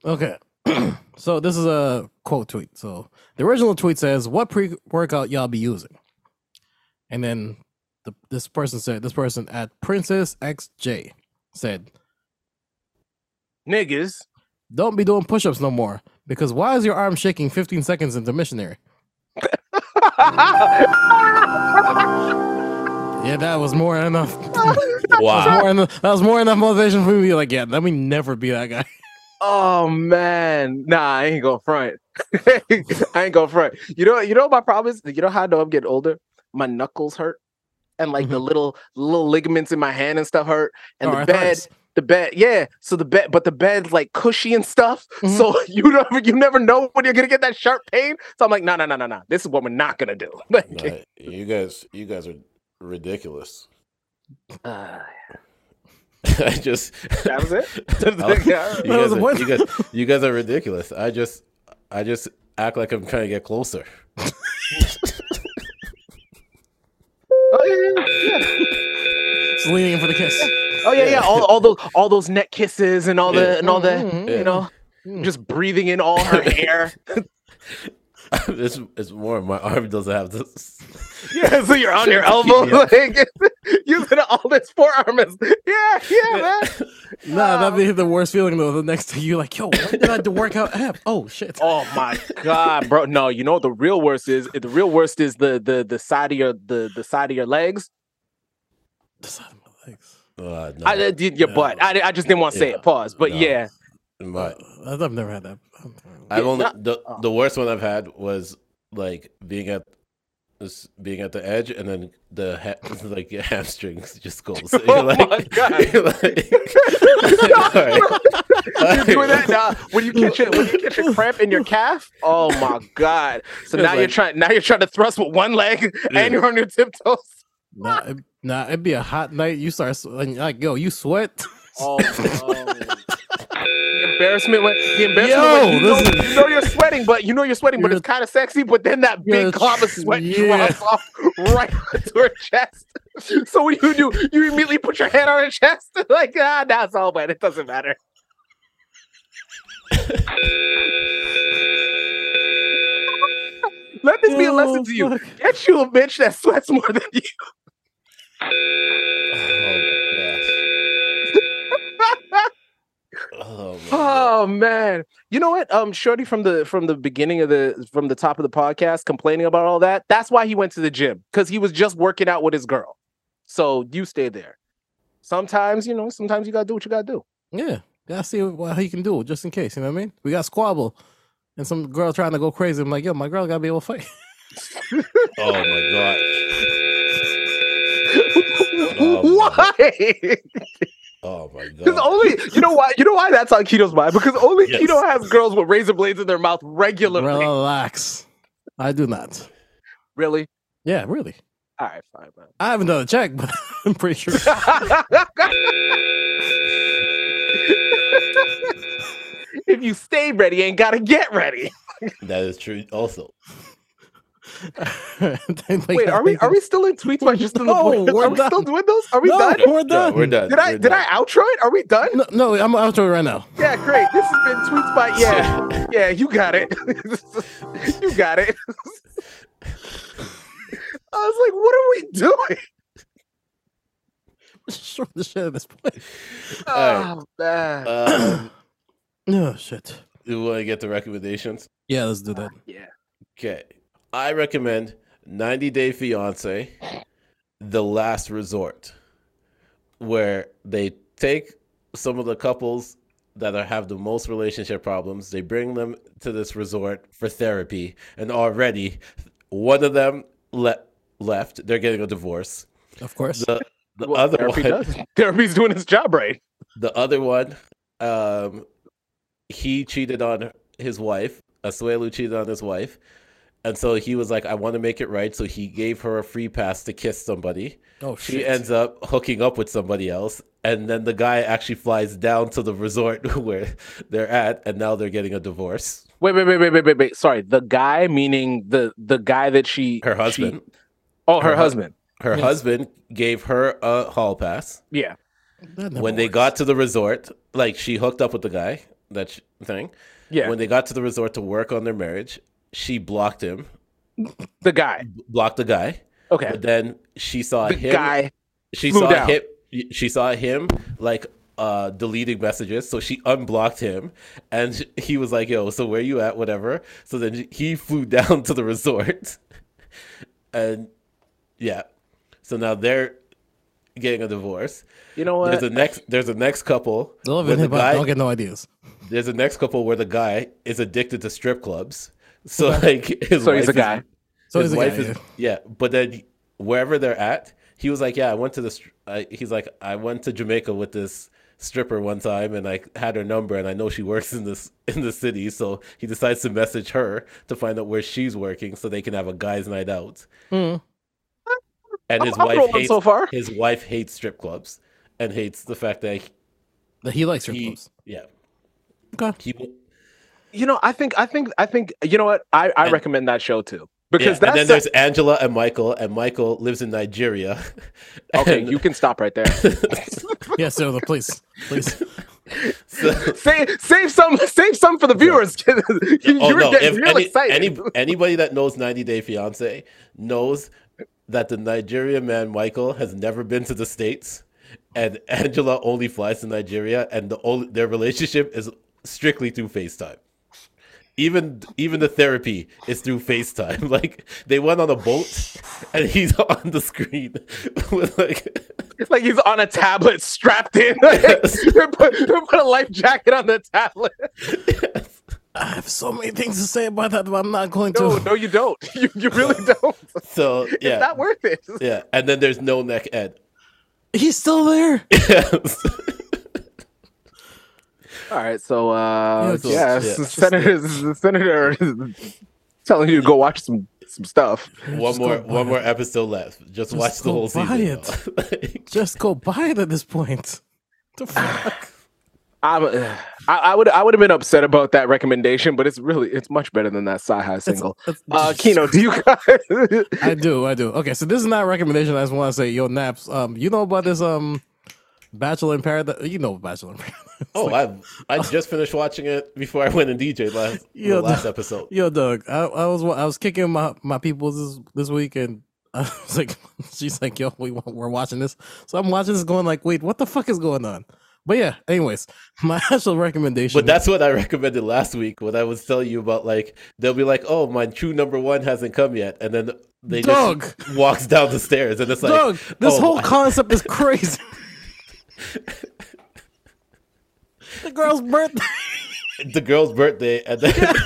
Okay. so this is a quote tweet. So the original tweet says, "What pre-workout y'all be using?" And then the, this person said, "This person at Princess XJ said,
niggas,
don't be doing push-ups no more because why is your arm shaking 15 seconds into missionary?" yeah, that was more than enough.
Wow.
That was more than, that was more than enough motivation for me to be like, yeah, let me never be that guy.
Oh man, nah, I ain't gonna front. I ain't gonna front. You know, you know what my problem is. You know how I know I'm getting older. My knuckles hurt, and like the little little ligaments in my hand and stuff hurt, and
Oh,
the
arthritis.
bed. The bed, yeah. So the bed, but the bed's like cushy and stuff. So you never, you never know when you're gonna get that sharp pain. So I'm like, no, no, no, no, no. This is what we're not gonna do. Like,
Nah, you guys, you guys are ridiculous.
uh,
I just
that was it.
I'll- you,
Yeah.
That was
guys
the
are,
point.
you, guys, you guys are ridiculous. I just, I just act like I'm trying to get closer.
Oh, yeah, yeah, yeah.
Just leaning in for the kiss.
Oh yeah, yeah. All, all those all those neck kisses and all
Yeah.
the and all the
Mhm,
you know just breathing in all her air.
it's, it's more. My arm doesn't have this.
Yeah, so you're on your elbow,
Yeah.
like using all this forearm. Is, yeah, yeah, man.
Nah, that'd be the worst feeling though. The next to you, like, yo, when did I do workout app? Oh shit.
Oh my god, bro. No, you know what the real worst is? The real worst is the the the side of your the the side of your legs.
The side of my legs.
Uh, no,
I did your butt. I, I just didn't want to say
Yeah.
it. Pause. But
No.
yeah,
my,
I've I've never had that.
I've only
not- Oh.
the, the worst one I've had was like being at this being at the edge and then the ha- like your hamstrings just goes. You're
Oh
like,
my God.
you're like, all right.
you're doing that now. When you catch it, when you catch a cramp in your calf. Oh my god. So
It's
now you're
like-
trying now you're trying to thrust with one leg
Yeah.
and you're on your tiptoes.
Nah, it, nah, it'd be a hot night. You start swe- and you're like, yo, you sweat.
Oh, the embarrassment when the embarrassment
Yo,
when you, know,
listen.
you know you're sweating, but you know you're sweating, but
You're-
it's kind of sexy. But then that
you're-
big glob of sweat
yeah.
drops off right to her chest. So what do you do? You immediately put your hand on her chest, like ah, that's all wet. It doesn't matter. Let this be a
Yo,
lesson to you.
fuck.
Get you a bitch that sweats more than you.
Oh my gosh. Oh my
Oh man, you know what? Um, Shorty from the from the beginning of the from the top of the podcast complaining about all that. That's why he went to the gym because he was just working out with his girl. So you stay there. Sometimes you know. Sometimes you gotta do what you gotta do.
Yeah, gotta see what, how you can do it, just in case. You know what I mean? We got squabble, and some girl trying to go crazy. I'm like, yo, my girl gotta be able to fight.
Oh my god.
Um,
Oh,
why?
Oh my
Because
god.
only you know why. You know why that's on Keto's mind because only
Yes.
Keto has girls with razor blades in their mouth regularly.
Relax. I do not.
Really?
Yeah, really.
All right, fine, man.
I haven't done a check, but I'm pretty sure.
if you stay ready, ain't gotta get ready.
That is true also.
Wait, are we are we still in tweets by just in the
No,
Boys?
we're
Are we still
done.
doing those? Are we
No,
done?
we're done. we're done.
Did I
We're
did I outro it? Are we done?
No, no, I'm out to it right now.
Yeah, great. This has been tweets by yeah, yeah. You got it. you got it. I was like, what are we doing?
Short the shit at this point.
All
Oh man.
right. Um,
No shit.
you want to get the recommendations?
Yeah, let's do that.
Yeah.
Okay. I recommend 90 Day Fiance, The Last Resort, where they take some of the couples that are, have the most relationship problems, they bring them to this resort for therapy, and already one of them le- left. They're getting a divorce.
Of course.
The, the other
therapy
one,
does. Therapy's doing his job right.
the other one, um, he cheated on his wife. Asuelu cheated on his wife. And so he was like, I want to make it right. So he gave her a free pass to kiss somebody.
Oh,
she
shit.
ends up hooking up with somebody else. And then the guy actually flies down to the resort where they're at. And now they're getting a divorce.
Wait, wait, wait, wait, wait, wait, wait. Sorry, the guy meaning the the guy that she her
husband.
oh, her,
hu-
husband.
Her
Yes.
husband gave her a hall pass.
Yeah.
when they got to the resort, like she hooked up with the guy, that sh- thing.
Yeah.
When they got to the resort to work on their marriage, she blocked him.
The guy.
Blocked the guy.
Okay.
But then she saw
The
him.
guy
She
flew
saw
down.
him. She saw him like uh deleting messages so she unblocked him and sh- he was like yo so where you at whatever so then he flew down to the resort and yeah so now they're getting a divorce
You know what?
there's a next there's a next couple
Love
where
and
the
hip hop.
guy-
Don't get no ideas.
there's a next couple where the guy is addicted to strip clubs. So like his
So
wife
he's a
is-
guy.
So
his
he's a
wife
guy,
is yeah. But then wherever they're at, he was like, yeah, I went to the. str- I, he's like, I went to Jamaica with this stripper one time, and I had her number, and I know she works in this in the city. So he decides to message her to find out where she's working, so they can have a guys' night out.
Hmm.
And
I'm-
his
I'm
wife
rolling
hates
so far.
his wife hates strip clubs and hates the fact that he-
That he likes her
he,
clothes.
yeah
Okay.
he
You know, I think I think I think you know what? I, I recommend that show too. Because
Yeah, and then
that's
there's Angela and Michael, and Michael lives in Nigeria.
Okay, you can stop right there.
Yes, sir. Please, please.
save save some save some for the viewers. you
oh
you were
no!
getting
If
real
any,
excited.
any anybody that knows 90 Day Fiance knows that the Nigerian man Michael has never been to the states, and Angela only flies to Nigeria, and the only, their relationship is strictly through FaceTime. Even even the therapy is through FaceTime. Like they went on a boat, and he's on the screen with like.
like he's on a tablet strapped in. they, put, they put a life jacket on the tablet.
I have so many things to say about that, but I'm not going to.
No, Oh, no, you don't. You, you really don't.
So yeah,
It's not worth it.
yeah, and then there's no neck Ed.
He's still there.
All right, so uh,
Yeah,
yeah,
so-
s-
yeah.
senator, the senator is telling you to go watch some some stuff.
One
Just
more,
go
one
buy
more episode left. Just,
Just
watch the
go
whole
buy
season.
Just go buy it at this point. The fuck?
I'm, uh, I, I would I would have been upset about that recommendation, but it's really it's much better than that sci high single.
That's-
Uh, Kino, do you guys?
I do, I do. Okay, so this is not a recommendation. I just want to say, yo, Naps, um, you know about this um, Bachelor in Paradise? You know Bachelor in Paradise.
oh, I, I just finished watching it before I went and DJ last the
Yo,
last
the-
episode.
Yo, Doug, I, I was I was kicking my my people this this week, and I was like, she's like, yo, we wa- we're watching this, so I'm watching this, going like, wait, what the fuck is going on? But yeah, anyways, my actual recommendation.
But that's what I recommended last week. When I was telling you about, like, they'll be like, "Oh, my true number one hasn't come yet," and then they
Dog.
just walks down the stairs, and it's like,
Doug, this
"Oh,
whole
my-
concept is crazy. the girl's birthday.
the girl's birthday," and then.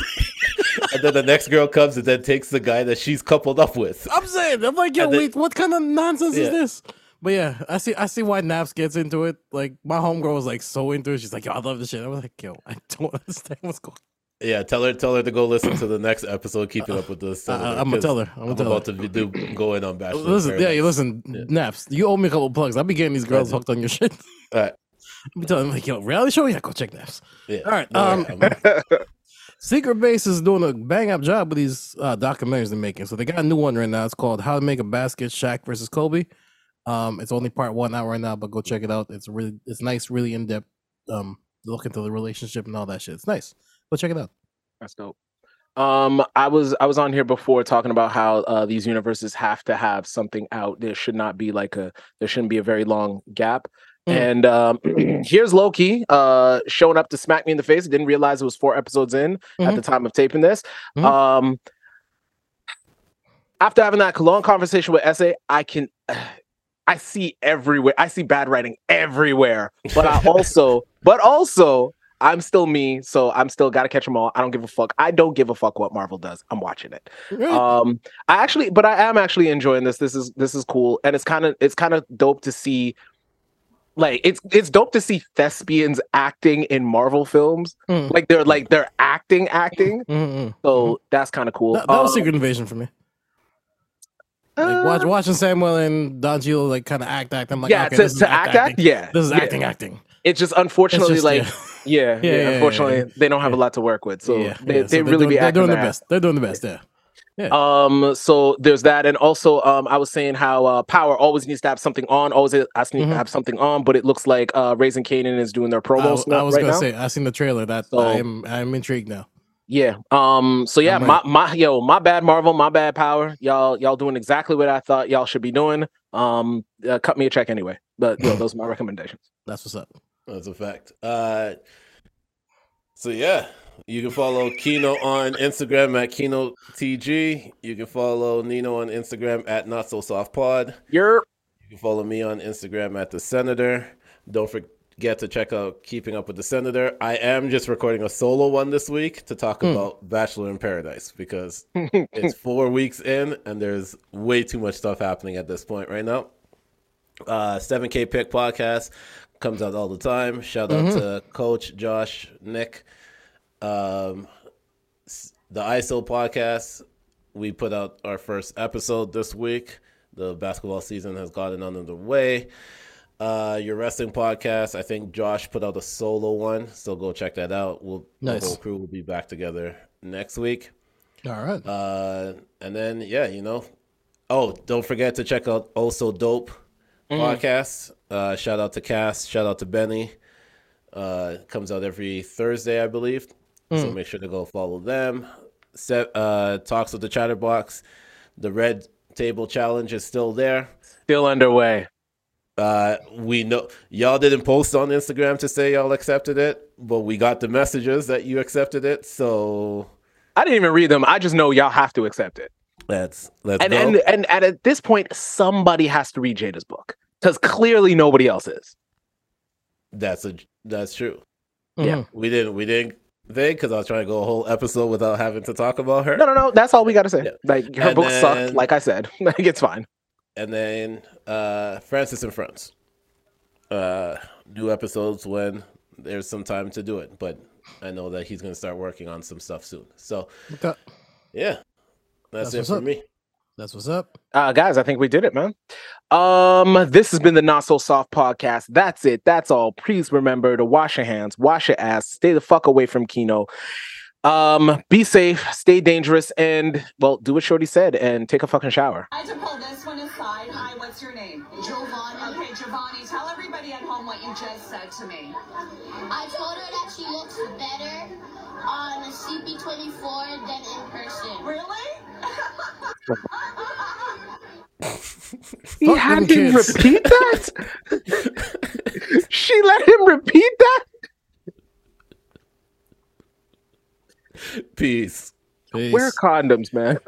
And then the next girl comes and then takes the guy that she's coupled up with.
I'm saying, I'm like, yo,
And they-
wait, what kind of nonsense
Yeah.
is this? But yeah, I see, I see why Naps gets into it. Like my homegirl was like so into it. She's like, yo, I love this shit. I was like, yo, I don't understand what's going.
Yeah, tell her tell her to go listen to the next episode. Keep it up with this.
I- Uh, I'ma tell her, I'ma
I'm
tell
about to be- do go in on Bachelor. in
Listen, yeah,
Paradise.
you listen, Naps, you owe me a couple plugs. I'll be getting these girls hooked on your shit.
All right.
I'll be telling them like, yo, reality show, yeah, go check Naps.
Yeah.
All right,
No,
um,
yeah, I'm-
Secret Base is doing a bang up job with these uh, documentaries they're making. So they got a new one right now. It's called How to Make a Basket: Shaq versus Kobe. Um, it's only part one out right now, but go check it out. It's really it's nice, really in depth um, look into the relationship and all that shit. It's nice. Go check it out.
That's dope. Um, I was I was on here before talking about how uh, these universes have to have something out. There should not be like a there shouldn't be a very long gap.
Mm.
And um, here's Loki uh, showing up to smack me in the face. Didn't realize it was four episodes in at the time of taping this. Um, after having that long conversation with Essay, I can I see everywhere. I see bad writing everywhere. But I also, but also, I'm still me, so I'm still gotta catch them all. I don't give a fuck. I don't give a fuck what Marvel does. I'm watching it.
Right.
Um, I actually, but I am actually enjoying this. This is this is cool, and it's kind of it's kind of dope to see. Like it's it's dope to see thespians acting in Marvel films.
Mm.
Like they're like they're acting acting.
Mm-mm.
So that's kind of cool.
That, that was
Um,
Secret Invasion for me.
uh,
Like watch, watching Samuel and Don Gio like kind of act act. I'm like,
yeah,
okay,
to,
this is
to
act,
act act,
acting.
yeah,
this is
yeah.
acting acting.
It's just unfortunately
It's just-
like, yeah,
Yeah,
yeah,
yeah, yeah,
unfortunately
yeah.
they don't have a lot to work with, so
yeah, yeah.
they,
So
they
they're
really
doing,
be
they're
acting
doing the
their ass.
best. They're doing the best. Yeah.
Um, so there's that, and also, um, I was saying how uh, Power always needs to have something on, always has to
Mhm.
have something on, but it looks like uh, Raising Canaan is doing their
I,
promo.
I
stuff
was
right
gonna
now.
say I seen the trailer. That I
So-
am I am intrigued now.
Yeah. Um. So yeah, my my yo, my bad, Marvel, my bad, Power. Y'all y'all doing exactly what I thought y'all should be doing. Um. Uh, cut me a check anyway, but yo, those are my recommendations.
That's what's up.
That's a fact. Uh, so yeah, you can follow Kino on Instagram at Kino TG. You can follow Nino on Instagram at Not So Soft Pod.
Yep.
You can follow me on Instagram at the Senator. Don't forget to check out Keeping Up with the Senator. I am just recording a solo one this week to talk
Hmm.
about Bachelor in Paradise because it's four weeks in and there's way too much stuff happening at this point right now uh 7k pick podcast comes out all the time shout out
Mhm.
to coach josh nick um s- the iso podcast we put out our first episode this week the basketball season has gotten underway uh your wrestling podcast i think josh put out a solo one so go check that out we'll
Nice.
the whole crew will be back together next week
All right.
uh, and then yeah, you know. Oh, don't forget to check out also dope
Mm-hmm.
Mhm.
podcast. Uh, shout out to Cass. Shout out to Benny. Uh, comes out every Thursday, I believe. So
Mm.
make sure to go follow them. Set uh, talks with the Chatterbox. The Red Table Challenge is still there.
Still underway.
Uh, we know y'all didn't post on Instagram to say y'all accepted it, but we got the messages that you accepted it. So
I didn't even read them. I just know y'all have to accept it.
let's let's
and,
go.
and and and at this point, somebody has to read Jada's book because clearly nobody else is.
That's a that's true.
Yeah.
we didn't we didn't think because I was trying to go a whole episode without having to talk about her.
No, no, no. That's all we gotta say. Like her
And
book
then-
sucked. Like I said, like it's fine.
And then uh, Francis and Friends, uh, new episodes when there's some time to do it. But I know that he's gonna start working on some stuff soon. So
Okay.
yeah, that's,
That's
it
what's
for
up.
me.
That's what's up.
Uh, guys, I think we did it, man. Um, this has been the Not So Soft podcast. That's it. That's all. Please remember to wash your hands, wash your ass, stay the fuck away from Kino. Um, be safe, stay dangerous, and well, do what Shorty said and take a fucking shower.
I had to pull this one aside. Hi, what's your name? Giovanni. Okay, Giovanni, tell everybody at home what you just said to me.
I told her that she looks better on a CP24 than in person. Really?
He
Fuck
had
them
him
kids.
repeat that. she let him repeat that.
Peace.
Wear condoms, man.